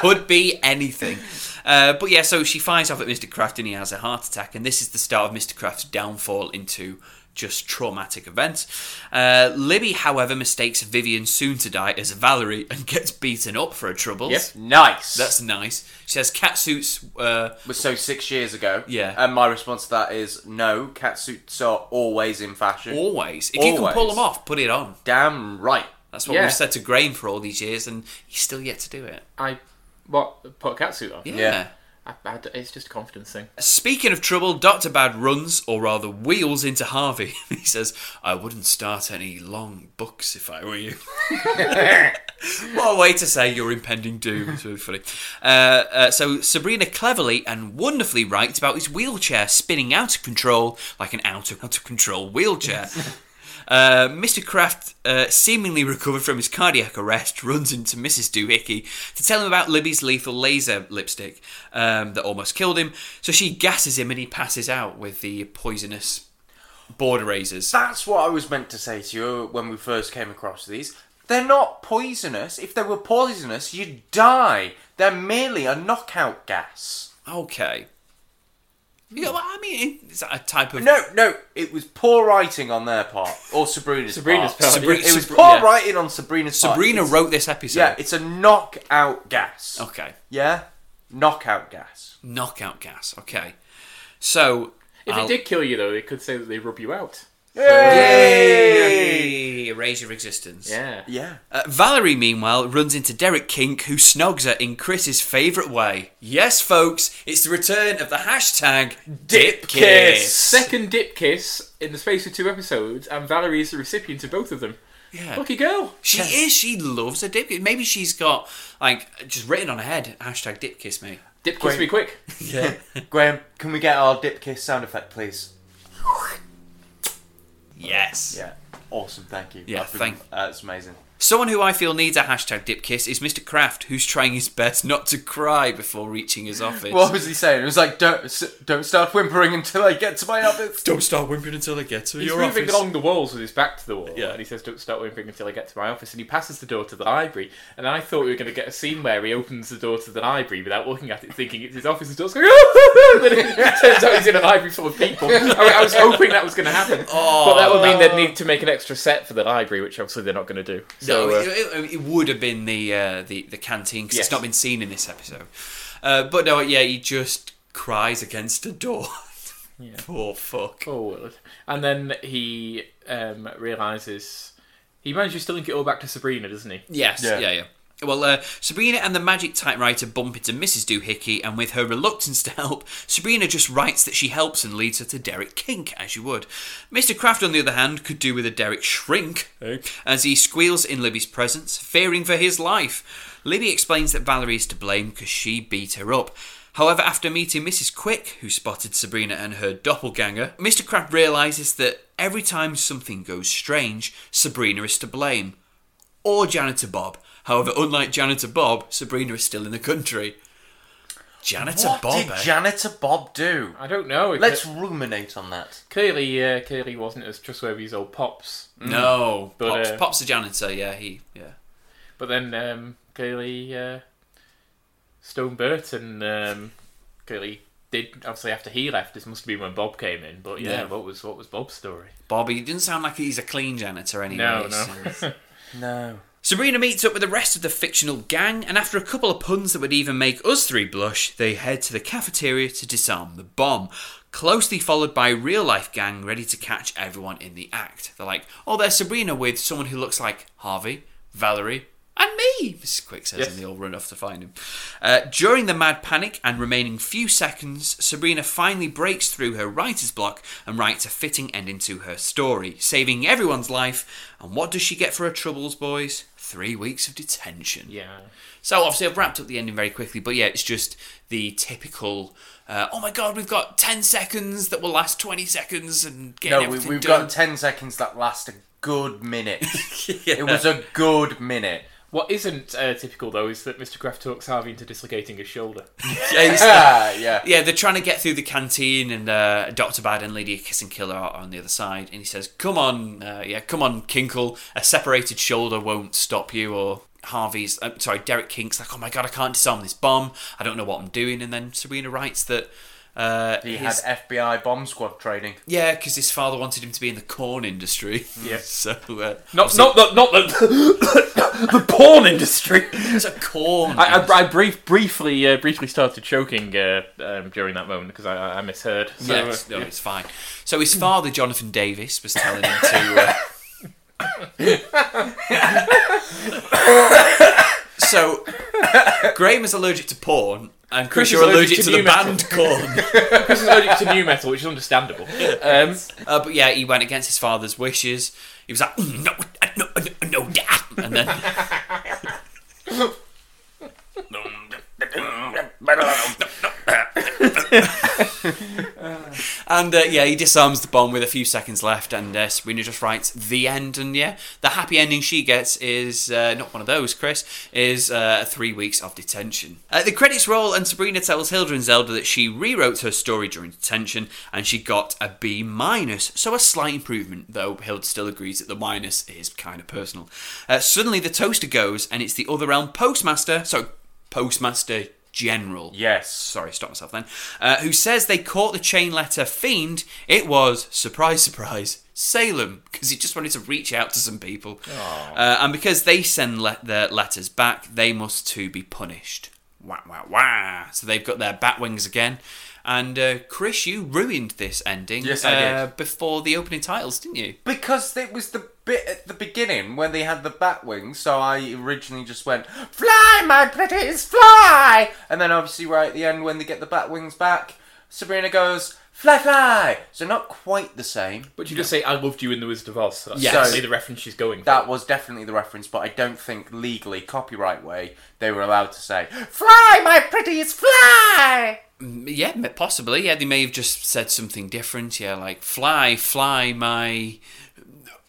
A: could be anything. Uh, but yeah, so she fires off at Mr. Kraft and he has a heart attack, and this is the start of Mr. Kraft's downfall into just traumatic event. Uh, Libby, however, mistakes Vivian soon to die as Valerie and gets beaten up for her troubles.
C: Yep.
B: Nice.
A: That's nice. She has catsuits. Uh,
B: was so six years ago.
A: Yeah.
B: And my response to that is no. Catsuits are always in fashion.
A: always. If you can pull
B: Always.
A: them off, put it on.
B: Damn right.
A: That's what
C: Yeah.
A: we've said to Graham for all these years, and he's still yet to do it.
C: I what put a catsuit on.
A: Yeah.
B: Yeah.
C: I, I d- it's just a confidence thing.
A: Speaking of trouble, Dr. Bad runs, or rather wheels, into Harvey. he says, I wouldn't start any long books if I were you. what a way to say your impending doom. It's really funny. Uh, uh, so, Sabrina cleverly and wonderfully writes about his wheelchair spinning out of control like an out of, out of control wheelchair. Uh, Mr. Kraft, uh, seemingly recovered from his cardiac arrest, runs into Mrs. Doohickey to tell him about Libby's lethal laser lipstick um, that almost killed him. So she gasses him and he passes out with the poisonous board erasers.
B: That's what I was meant to say to you when we first came across these. They're not poisonous. If they were poisonous, you'd die. They're merely a knockout gas.
A: Okay. Yeah, well, I mean, it's a type of.
B: No, no, it was poor writing on their part. Or Sabrina's,
C: Sabrina's
B: part.
C: part,
A: Sabri-
C: yeah.
B: It was
A: Sabri-
B: poor
A: yeah.
B: writing on Sabrina's part.
A: Sabrina
B: It's-
A: wrote this episode.
B: Yeah, it's a knockout gas.
A: Okay.
B: Yeah? Knockout gas.
A: Knockout gas. Okay. So.
C: If
A: I'll-
C: it did kill you though, they could say that they rub you out.
A: Yay! Erase your existence.
C: Yeah.
B: Yeah.
A: Uh, Valerie, meanwhile, runs into Derek Kink, who snogs her in Chris's favourite way. Yes, folks, it's the return of the hashtag DipKiss.
C: Second dip kiss in the space of two episodes, and Valerie is the recipient of both of them.
A: Yeah.
C: Lucky girl.
A: She is, she loves a dip kiss. Maybe she's got, like, just written on her head, hashtag DipKiss me.
C: Dip kiss
B: Great.
C: me quick.
A: Yeah.
B: Graham, can we get our dip kiss sound effect, please?
A: yes.
B: Yeah. Awesome, thank you.
A: Yeah,
B: That's been-
A: thank-
B: That's amazing.
A: Someone who I feel needs a hashtag DipKiss is Mr. Kraft, who's trying his best not to cry before reaching his office.
B: What was he saying? It was like, don't s- don't start whimpering until I get to my office.
A: Don't start whimpering until I get to
C: He's moving along the walls with his back to the wall, and he says, "Don't start whimpering until I get to my office." And he passes the door to the library, and I thought we were going to get a scene where he opens the door to the library without looking at it, thinking it's his office. The door's going, and then it turns out he's in a library full of people. I, I was hoping that was going to happen, but that would mean they'd need to make an extra set for the library, which obviously they're not going to do. So,
A: No,
C: uh,
A: it, it, it would have been the uh, the the canteen because
C: Yes.
A: it's not been seen in this episode. Uh, but no, yeah, he just cries against a door. Poor fuck.
C: forward, Oh, and then he um, realizes he manages to link it all back to Sabrina, doesn't he?
A: Yes,
B: Yeah.
A: yeah, yeah. Well, uh, Sabrina and the magic typewriter bump into Mrs. Doohickey, and with her reluctance to help, Sabrina just writes that she helps and leads her to Derek Kink, as you would. Mr. Kraft, on the other hand, could do with a Derek shrink as he squeals in Libby's presence, fearing for his life. Libby explains that Valerie is to blame because she beat her up. However, after meeting Mrs. Quick, who spotted Sabrina and her doppelganger, Mr. Kraft realises that every time something goes strange, Sabrina is to blame or Janitor Bob. However, unlike Janitor Bob, Sabrina is still in the country. Janitor
B: What
A: Bob.
B: did
A: eh?
B: janitor Bob do?
C: I don't know. It
B: Let's ruminate on that.
C: clearly, uh, clearly wasn't as trustworthy as old Pops.
A: no,
C: Mm. But,
A: Pop's,
C: uh,
A: Pop's a janitor. Yeah, he. Yeah.
C: But then um, clearly uh, Stone Burton um, clearly did obviously after he left. This must have been when Bob came in. But yeah,
A: Yeah.
C: what was what was Bob's story?
A: Bobby he doesn't sound like he's a clean janitor anyway.
C: No,
A: so-
C: no.
B: No.
A: Sabrina meets up with the rest of the fictional gang, and after a couple of puns that would even make us three blush, they head to the cafeteria to disarm the bomb. Closely followed by a real life gang ready to catch everyone in the act. They're like, oh, there's Sabrina with someone who looks like Harvey, Valerie, and me, Mrs. Quick says,
C: Yes.
A: and they all run off to find him. Uh, during the mad panic and remaining few seconds, Sabrina finally breaks through her writer's block and writes a fitting ending to her story, saving everyone's life. And what does she get for her troubles, boys? Three weeks of detention.
C: yeah.
A: So obviously I've wrapped up the ending very quickly, but yeah, it's just the typical. Uh, oh my god, we've got ten seconds that will last twenty seconds, and get
B: No, we,
A: everything
B: we've
A: done.
B: got 10 seconds that last a good minute.
A: yeah.
B: It was a good minute.
C: What isn't uh, typical though is that Mr. Kraft talks Harvey into dislocating his shoulder.
A: Yeah, he's-
B: Ah, yeah.
A: Yeah, they're trying to get through the canteen, and uh, Doctor Bad and Lydia Kiss and Killer are on the other side. And he says, "Come on, uh, yeah, come on, Kinkle. A separated shoulder won't stop you." Or Harvey's, uh, sorry, Derek Kink's like, "Oh my god, I can't disarm this bomb. I don't know what I'm doing." And then Serena writes that Uh,
B: He
A: his-
B: had FBI bomb squad training.
A: yeah, because his father wanted him to be in the corn industry.
C: Yeah.
A: so uh,
C: Not, not, the, not the, the porn industry.
A: it's a corn.
C: I, I, I brief, briefly, uh, briefly started choking uh, um, during that moment because I, I I misheard. So, uh,
A: yes, no, it's fine. So his father, Jonathan Davis, was telling him to. Uh, uh, so Graham is allergic to porn, and Chris,
C: Chris
A: you're
C: is
A: allergic
C: allergic to
A: to the
C: new metal.
A: band corn.
C: Chris is allergic to new metal, which is understandable. Um,
A: Uh, but yeah, he went against his father's wishes. He was like, "Mm, no, uh, no, uh, no, no, dad. And then. and uh, yeah, he disarms the bomb with a few seconds left, and uh, Sabrina just writes the end. And yeah, the happy ending she gets is uh, not one of those. Chris is uh, three weeks of detention. Uh, the credits roll, and Sabrina tells Hilda and Zelda that she rewrote her story during detention, and she got a B minus, so a slight improvement. Though Hilda still agrees that the minus is kind of personal. Uh, suddenly, the toaster goes, and it's the other realm postmaster. So postmaster general
B: Yes.
A: sorry, stop myself then, uh, who says they caught the chain letter fiend. It was, surprise, surprise, Salem, because he just wanted to reach out to some people. Uh, and because they send le- their letters back, they must too be punished. Wah, wah, wah. So they've got their bat wings again. And uh, Chris, you ruined this ending
B: Yes, I did.
A: uh, before the opening titles, didn't you?
B: Because it was the bit at the beginning when they had the bat wings, so I originally just went, Fly, my pretties, fly! And then obviously, right at the end, when they get the bat wings back, Sabrina goes, Fly, fly! So, not quite the same.
C: but you just say, I loved you in The Wizard of Oz. So that's
A: Yes.
C: certainly the reference she's going for.
B: That was definitely the reference, but I don't think legally, copyright way, they were allowed to say, Fly, my pretties, fly!
A: Yeah, m- possibly. Yeah, they may have just said something different. Yeah, like fly, fly, my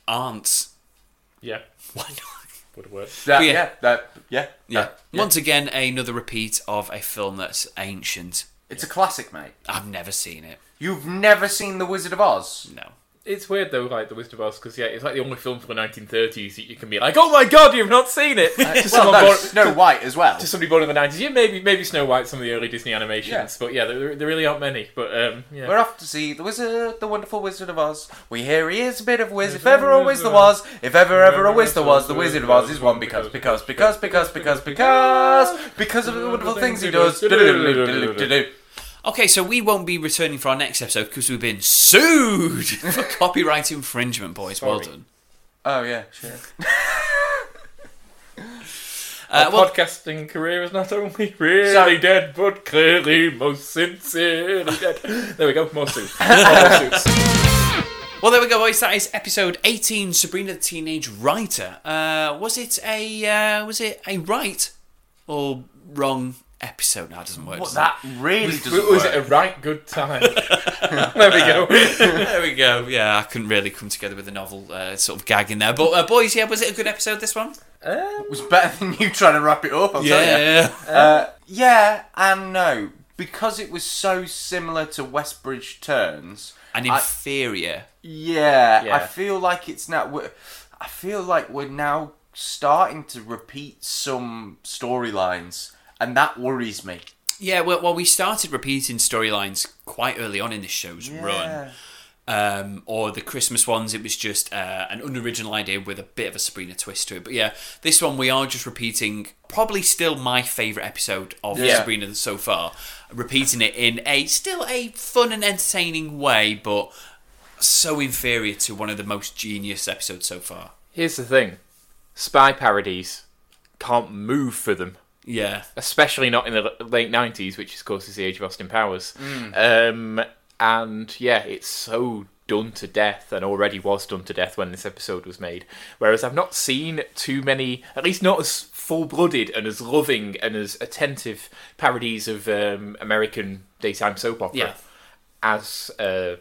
A: aunts.
C: yeah,
A: Why not?
C: would have worked.
B: That,
A: Yeah.
B: yeah. that, yeah,
A: Yeah.
B: that-
A: Once again, another repeat of a film that's ancient.
B: It's a classic, mate.
A: I've never seen it.
B: You've never seen The Wizard of Oz.
A: No.
C: It's weird though, like The Wizard of Oz, because yeah, it's like the only film from the 1930s that you can be like, oh my god, you've not seen it. to,
B: Well,
C: someone
B: no,
C: born,
B: Snow White as well.
C: to somebody born in the 90s, yeah, maybe maybe Snow White, some of the early Disney animations,
B: Yeah.
C: but yeah, there, there really aren't many. But um, yeah,
B: We're off to see the wizard, the wonderful Wizard of Oz. We hear he is a bit of a whiz, if ever a whiz there was, if ever ever a whiz there was, the Wizard of Oz is one because, because, because, because, because, because, because of the wonderful things he does. Do-do-do-do-do-do-do.
A: Okay, so we won't be returning for our next episode because we've been sued for copyright infringement, boys. Well
C: Sorry.
A: done.
B: Oh yeah, sure.
A: Uh,
C: Our
A: well,
C: podcasting career is not only really
B: Sorry.
C: dead, but clearly most sincerely dead. There we go, more suits. More suits.
A: well, there we go, boys. That is episode 18, Sabrina the Teenage Writer. Uh, was it a uh, was it a right or wrong episode? No, it doesn't work.
B: What
A: does it?
B: that really doesn't
C: Was it a
B: work.
C: right good time? there we go.
A: There we go. Yeah, I couldn't really come together with a novel uh, sort of gag in there. But uh, boys, yeah, was it a good episode? This one?
C: Um,
B: It was better than you trying to wrap it up. I'll tell you.
A: yeah.
B: Uh, yeah and no, because it was so similar to Westbridge Turns.
A: and
B: I-
A: inferior.
B: Yeah, I
C: Yeah.
B: feel like it's now. We're, I feel like we're now starting to repeat some storylines, and that worries me.
A: yeah, well, well, we started repeating storylines quite early on in this show's run. Um, or the Christmas ones, it was just uh, an unoriginal idea with a bit of a Sabrina twist to it. But yeah, this one we are just repeating probably still my favourite episode of
B: Yeah.
A: Sabrina so far. Repeating it in a still a fun and entertaining way, but so inferior to one of the most genius episodes so far.
C: Here's the thing spy parodies can't move for them,
A: Yeah.
C: especially not in the l- late 90s, which is, of course is the age of Austin Powers. Um, and yeah, it's so done to death and already was done to death when this episode was made. Whereas I've not seen too many, at least not as full blooded and as loving and as attentive parodies of um, American daytime soap opera
A: Yeah.
C: as uh,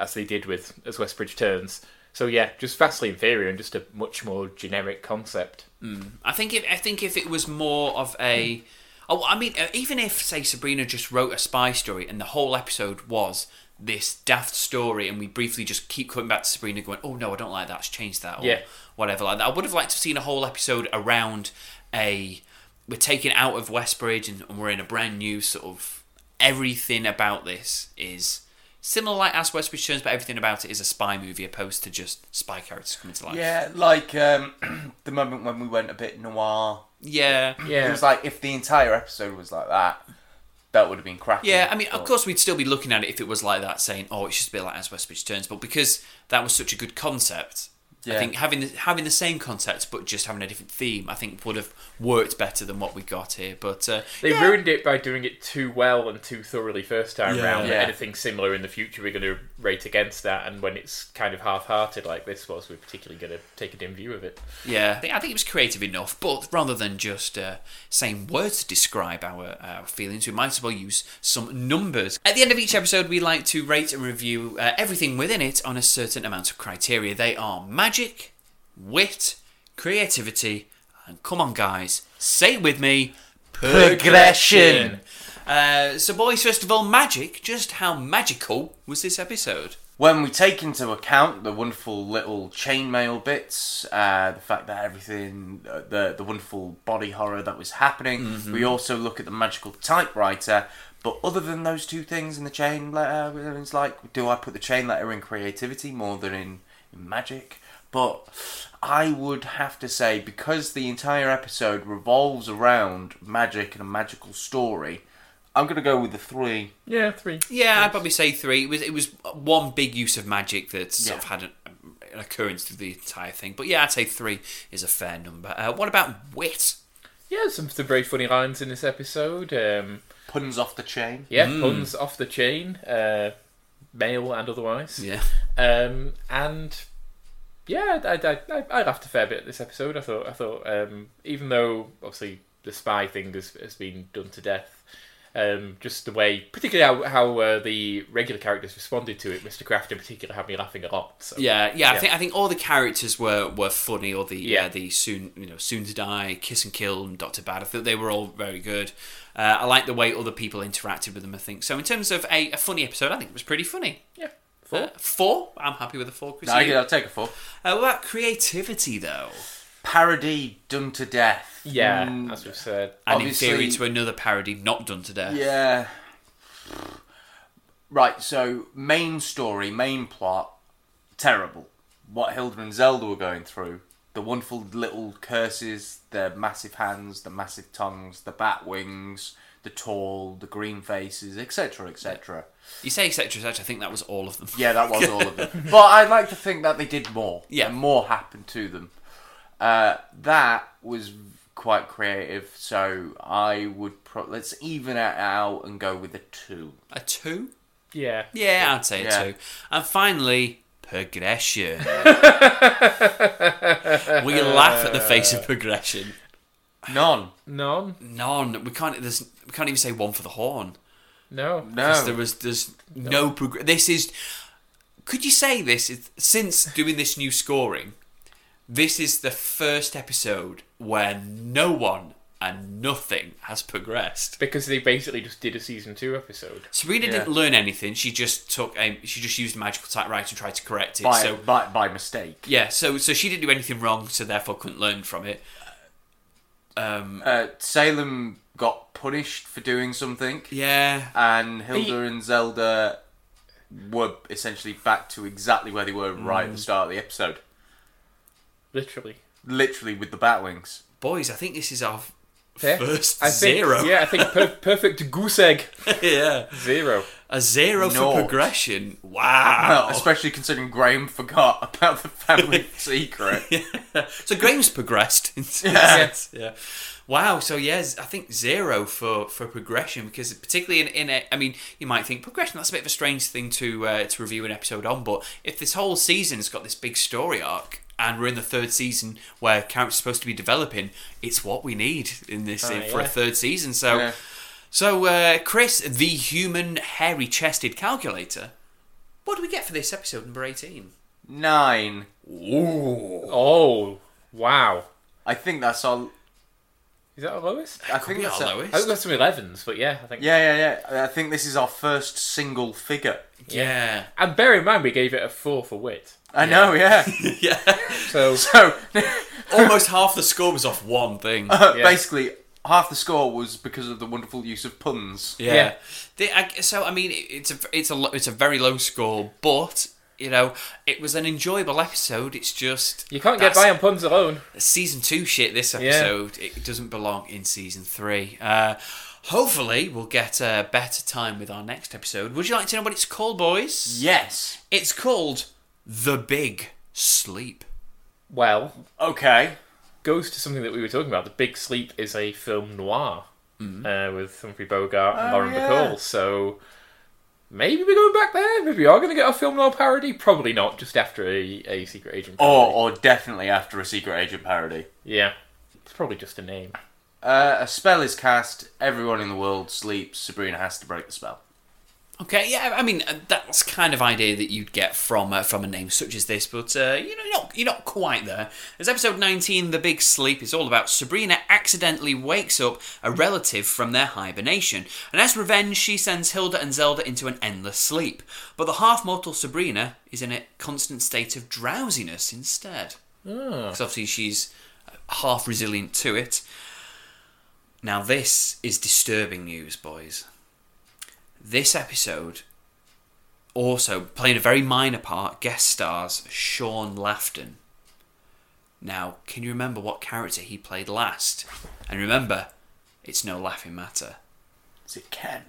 C: as they did with as Westbridge turns. So yeah, just vastly inferior and just a much more generic concept.
A: I think if I think if it was more of a, oh, I mean, uh, even if say Sabrina just wrote a spy story and the whole episode was this daft story, and we briefly just keep coming back to Sabrina going, oh no, I don't like that, let's change that, or
C: Yeah.
A: whatever like that. I would have liked to have seen a whole episode around a we're taken out of Westbridge and, and we're in a brand new sort of everything about this is similar like As West Returns, but everything about it is a spy movie opposed to just spy characters coming to life.
B: Yeah, like um, the moment when we went a bit noir.
A: Yeah.
C: Yeah.
B: It was like if the entire episode was like that, that would have been cracking.
A: Yeah, I mean, of
B: But-
A: course, we'd still be looking at it if it was like that, saying, "Oh, it's just a bit like As West Beach Turns." But because that was such a good concept, I
B: Yeah.
A: think having the, having the same concept but just having a different theme, I think would have worked better than what we got here. But uh,
C: They
A: yeah.
C: ruined it by doing it too well and too thoroughly first time
A: Yeah.
C: round.
B: Yeah.
C: Anything similar in the future, we're going to rate against that. And when it's kind of half-hearted like this was, we're particularly going to take a dim view of it.
A: Yeah, I think, I think it was creative enough, but rather than just uh, saying words to describe our, our feelings, we might as well use some numbers. At the end of each episode, we like to rate and review uh, everything within it on a certain amount of criteria. They are magic, wit, creativity, and come on, guys, say it with me
B: Progression.
A: Uh, so, boys, first of all, magic. Just how magical was this episode?
B: When we take into account the wonderful little chainmail bits, uh, the fact that everything, uh, the the wonderful body horror that was happening, we also look at the magical typewriter. But other than those two things in the chain letter, it's like, do I put the chain letter in creativity more than in, in magic? But I would have to say because the entire episode revolves around magic and a magical story, I'm gonna go with the three.
C: Yeah, three.
A: Yeah, I'd probably say three. It was it was one big use of magic that sort of
B: Yeah.
A: had an, an occurrence through the entire thing. But yeah, I'd say three is a fair number. Uh, what about wit?
C: Yeah, some, some very funny lines in this episode. Um,
B: Puns off the chain.
C: yeah, puns off the chain, uh, male and otherwise.
A: Yeah,
C: Um, and yeah, I, I, I, I laughed a fair bit this episode. I thought, I thought, um, even though obviously the spy thing has, has been done to death, um, just the way, particularly how, how uh, the regular characters responded to it, Mr. Kraft in particular, had me laughing a lot. So.
A: yeah, yeah. I
C: Yeah.
A: think I think all the characters were were funny. Or the yeah,
C: Yeah.
A: the soon you know soon to die, kiss and kill, and Doctor Bad. I thought they were all very good. Uh, I like the way other people interacted with them. I think so. In terms of a, a funny episode, I think it was pretty funny.
C: yeah. Four.
A: Uh, four, I'm happy with a four. Chris,
B: No,
A: You-
B: I'll take a four.
A: Uh, what about creativity though?
B: parody done to death.
C: yeah,
B: Mm,
C: as we've said.
A: And
C: Oh,
B: Obviously-
A: inferior to another parody not done to death.
B: yeah. Right, so main story, main plot, terrible. What Hilda and Zelda were going through, the wonderful little curses, the massive hands, the massive tongues, the bat wings, the tall, the green faces, etc., etc.
A: You say etc. etc. I think that was all of them.
B: Yeah, that was all of them. But I'd like to think that they did more.
A: Yeah.
B: And more happened to them. Uh, that was quite creative, so I would pro- let's even it out and go with a two.
A: A two?
C: Yeah.
A: Yeah, I'd say
B: Yeah.
A: a two. And finally, progression. we laugh at the face of progression.
B: None.
C: None.
A: None. We can't. There's, we can't even say one for the horn.
C: No.
A: 'Cause
B: No.
A: There was. There's no, progress. This is. Could you say this is since doing this new scoring? This is the first episode where no one and nothing has progressed.
C: Because they basically just did a season two episode.
A: Sabrina
B: Yeah.
A: didn't learn anything. She just took a she just used a magical typewriter and tried to correct it.
B: by,
A: so
B: by by mistake.
A: yeah, so so she didn't do anything wrong, so therefore couldn't learn from it. Um,
B: Uh, Salem got punished for doing something,
A: yeah,
B: and Hilda and Zelda were essentially back to exactly where they were right
A: Mm.
B: at the start of the episode.
C: Literally.
B: Literally with the bat wings.
A: boys, I think this is our
C: Yeah.
A: first
C: I think,
A: zero.
C: Yeah, I think per- perfect goose egg.
A: Yeah.
C: Zero.
A: a zero
B: Naught.
A: for progression. Wow.
B: Well, especially considering Graham forgot about the family secret.
A: so Graham's progressed. in some
B: Yeah.
A: sense, yeah. Wow. So yes, I think zero for, for progression because particularly in, in a, I mean, you might think progression. That's a bit of a strange thing to uh, to review an episode on, but if this whole season's got this big story arc and we're in the third season where characters are supposed to be developing, it's what we need in this
C: Oh,
A: uh, for a
C: yeah.
A: third season. So.
B: Ah, Yeah.
A: So, uh, Chris, the human hairy chested calculator, what do we get for this episode number 18?
B: Nine.
C: Oh, wow.
B: I think that's our.
C: Is that our lowest?
B: I
A: Could
B: think
A: be
B: that's
A: our
B: our-
A: lowest.
C: I think that's some 11s, but yeah, I think.
B: Yeah, yeah, yeah. I think this is our first single figure.
A: Yeah.
C: And bear in mind, we gave it a 4 for wit.
B: I know, yeah.
A: Yeah.
C: So,
B: so Uh,
A: Almost half the score was off one thing.
B: basically, half the score was because of the wonderful use of puns.
A: Yeah.
C: Yeah.
A: They, I, so I mean, it- it's a it's a lo- it's a very low score, but you know, it was an enjoyable episode. It's just
C: You can't get
A: that's
C: by on puns alone.
A: season two shit. This episode it doesn't belong in season three. Uh, hopefully, we'll get a better time with our next episode. Would you like to know what it's called, boys?
B: Yes.
A: It's called the Big Sleep.
C: Well,
B: Okay.
C: goes to something that we were talking about. The Big Sleep is a film noir uh, with Humphrey Bogart and
B: Oh,
C: Lauren
B: yeah.
C: Bacall. So maybe we're going back there. Maybe we are going to get a film noir parody. Probably not. Just after a, a Secret Agent.
B: Or,
C: Parody.
B: or definitely after a secret agent parody.
C: yeah, it's probably just a name.
B: Uh, a spell is cast. Everyone in the world sleeps. Sabrina has to break the spell.
A: Okay, yeah, I mean uh, that's kind of idea that you'd get from uh, from a name such as this, but uh, you know, you're not you're not quite there. As episode nineteen, the big sleep is all about Sabrina accidentally wakes up a relative from their hibernation, and as revenge, she sends Hilda and Zelda into an endless sleep. But the half mortal Sabrina is in a constant state of drowsiness instead, because obviously she's half resilient to it. Now this is disturbing news, boys this episode also playing a very minor part guest stars Sean Lafton. Now, can you remember what character he played last? And remember, it's no laughing matter.
B: Is it Ken?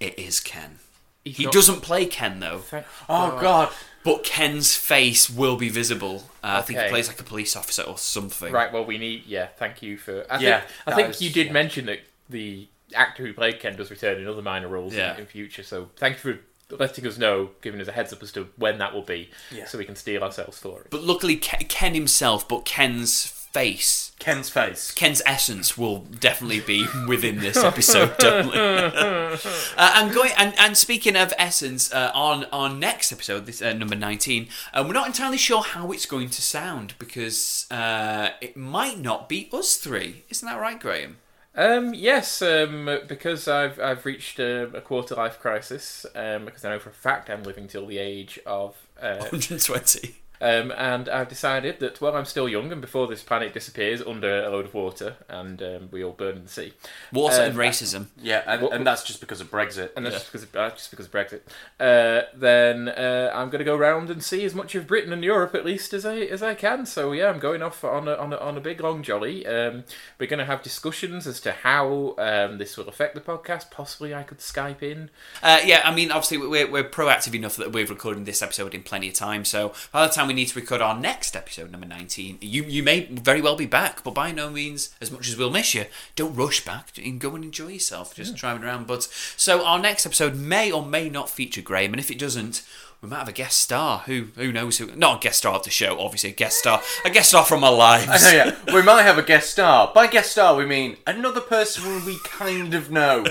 A: It is Ken.
C: He's
A: He
C: not-
A: doesn't play Ken though,
C: Thank-
A: Uh,
B: Oh God.
A: but Ken's face will be visible. Uh, I think he
C: Okay.
A: plays like a police officer or something.
C: Right. Well, we need. Yeah. Thank you for. I
B: Yeah,
C: Think, I
B: that
C: think
B: was-
C: you did
B: yeah.
C: mention that the actor who played Ken does return in other minor roles in-
A: Yeah.
C: in, future. So thank you for letting us know, giving us a heads up as to when that will be,
B: Yeah.
C: so we can steel ourselves for it.
A: But luckily, Ke- Ken himself, but Ken's face
B: Ken's face.
A: Ken's essence will definitely be within this episode, definitely. uh, and going and, and speaking of essence, uh, on our next episode, this uh, number nineteen, uh, we're not entirely sure how it's going to sound because uh, it might not be us three. Isn't that right, Graham?
C: Um, yes, um, because I've I've reached um, a quarter life crisis. Um, because I know for a fact I'm living till the age of. Uh,
A: One hundred twenty.
C: um, and I've decided that while I'm still young and before this planet disappears under a load of water and um, we all burn in the sea,
A: Water
C: Uh,
A: and racism.
B: Yeah, and, and that's just because of Brexit.
C: and that's just because of, uh, just because of Brexit. Uh, then uh, I'm going to go round and see as much of Britain and Europe at least as I as I can. So yeah, I'm going off on a, on a, on a big long jolly. Um, we're going to have discussions as to how um, this will affect the podcast. Possibly I could Skype in.
A: Uh, yeah, I mean, obviously, we're, we're proactive enough that we're recording this episode in plenty of time. So by the time we need to record our next episode, number 19, you, you may very well be back. But by no means, as much as we'll miss you, don't rush back and go and enjoy yourself just driving around. But so our next episode may or may not feature Graham. And if it doesn't, we might have a guest star. Who who knows who? Not a guest star of the show, obviously, a guest star. A guest star from our lives.
B: Oh, yeah, we might have a guest star. By guest star, we mean another person we kind of know.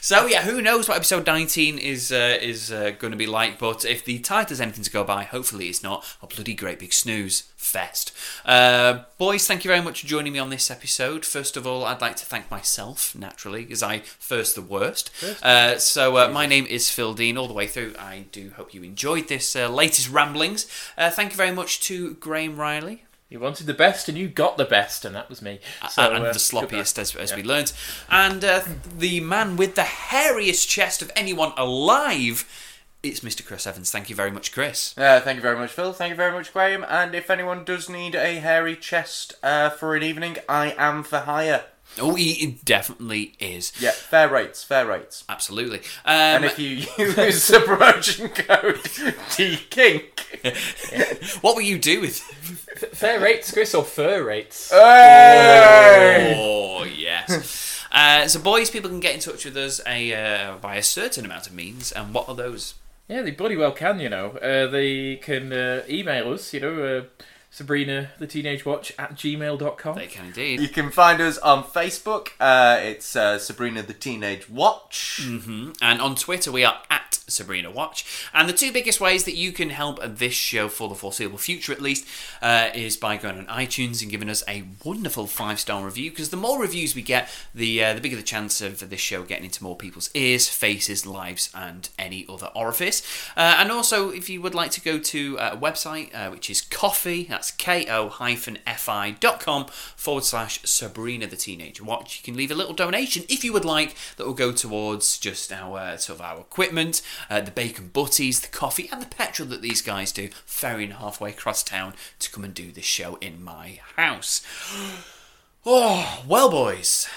A: So yeah, who knows what episode nineteen is uh, is uh, going to be like? But if the title's anything to go by, hopefully it's not a bloody great big snooze fest. Uh, boys, thank you very much for joining me on this episode. First of all, I'd like to thank myself naturally, as I first the worst. Uh, so uh, my name is Phil Dean. All the way through, I do hope you enjoyed this uh, latest ramblings. Uh, thank you very much to Graham Riley
C: You wanted the best and you got the best, and that was me. So,
A: and
C: uh,
A: the sloppiest, as, as we learnt. And uh, the man with the hairiest chest of anyone alive, it's Mr. Chris Evans. Thank you very much, Chris.
B: Uh, thank you very much, Phil. Thank you very much, Graham. And if anyone does need a hairy chest uh, for an evening, I am for hire.
A: Oh, he he definitely is.
B: Yeah, fair rates, fair rates.
A: Absolutely. Um,
B: And if you use the promotion code DKINK.
A: what will you do with?
C: F- fair rates, Chris, or fur rates?
A: Uh.
B: Hey!
A: Oh yes. Uh, so, boys, people can get in touch with us a, uh, by a certain amount of means, and what are those?
C: Yeah, they bloody well can, you know. Uh, they can uh, email us, you know, uh, Sabrina the Teenage Watch at gmail.com.
A: They can indeed.
B: You can find us on Facebook. Uh, it's uh, Sabrina the Teenage Watch.
A: And on Twitter, we are at Sabrina Watch. And the two biggest ways that you can help this show for the foreseeable future, at least, uh, is by going on iTunes and giving us a wonderful five star review. Because the more reviews we get, the uh, the bigger the chance of this show getting into more people's ears, faces, lives, and any other orifice. Uh, and also, if you would like to go to uh, a website, uh, which is coffee, that's ko-fi.com forward slash Sabrina the Teenage Watch, you can leave a little donation if you would like that will go towards just our uh, sort of our equipment, uh, the bacon butties, the coffee, and the petrol that these guys do, ferrying halfway across town to come and do this show in my house. Oh, well, boys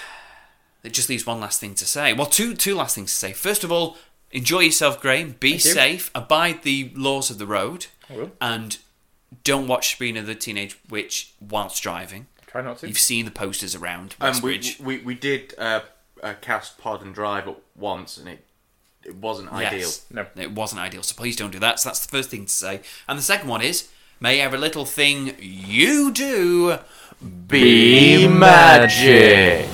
A: it just leaves one last thing to say. Well, two two last things to say. First of all, enjoy yourself, Graham. Be safe. Abide the laws of the road.
C: will.
A: And don't watch Sabrina the Teenage Witch whilst driving.
C: Try not to.
A: You've seen the posters around
B: Um, we,
A: Westbridge.
B: we we did uh, uh, cast pod and drive at once, and it it wasn't ideal.
A: Yes.
C: No.
A: It wasn't ideal, so please don't do that. So that's the first thing to say. And the second one is may every little thing you do
B: Be magic.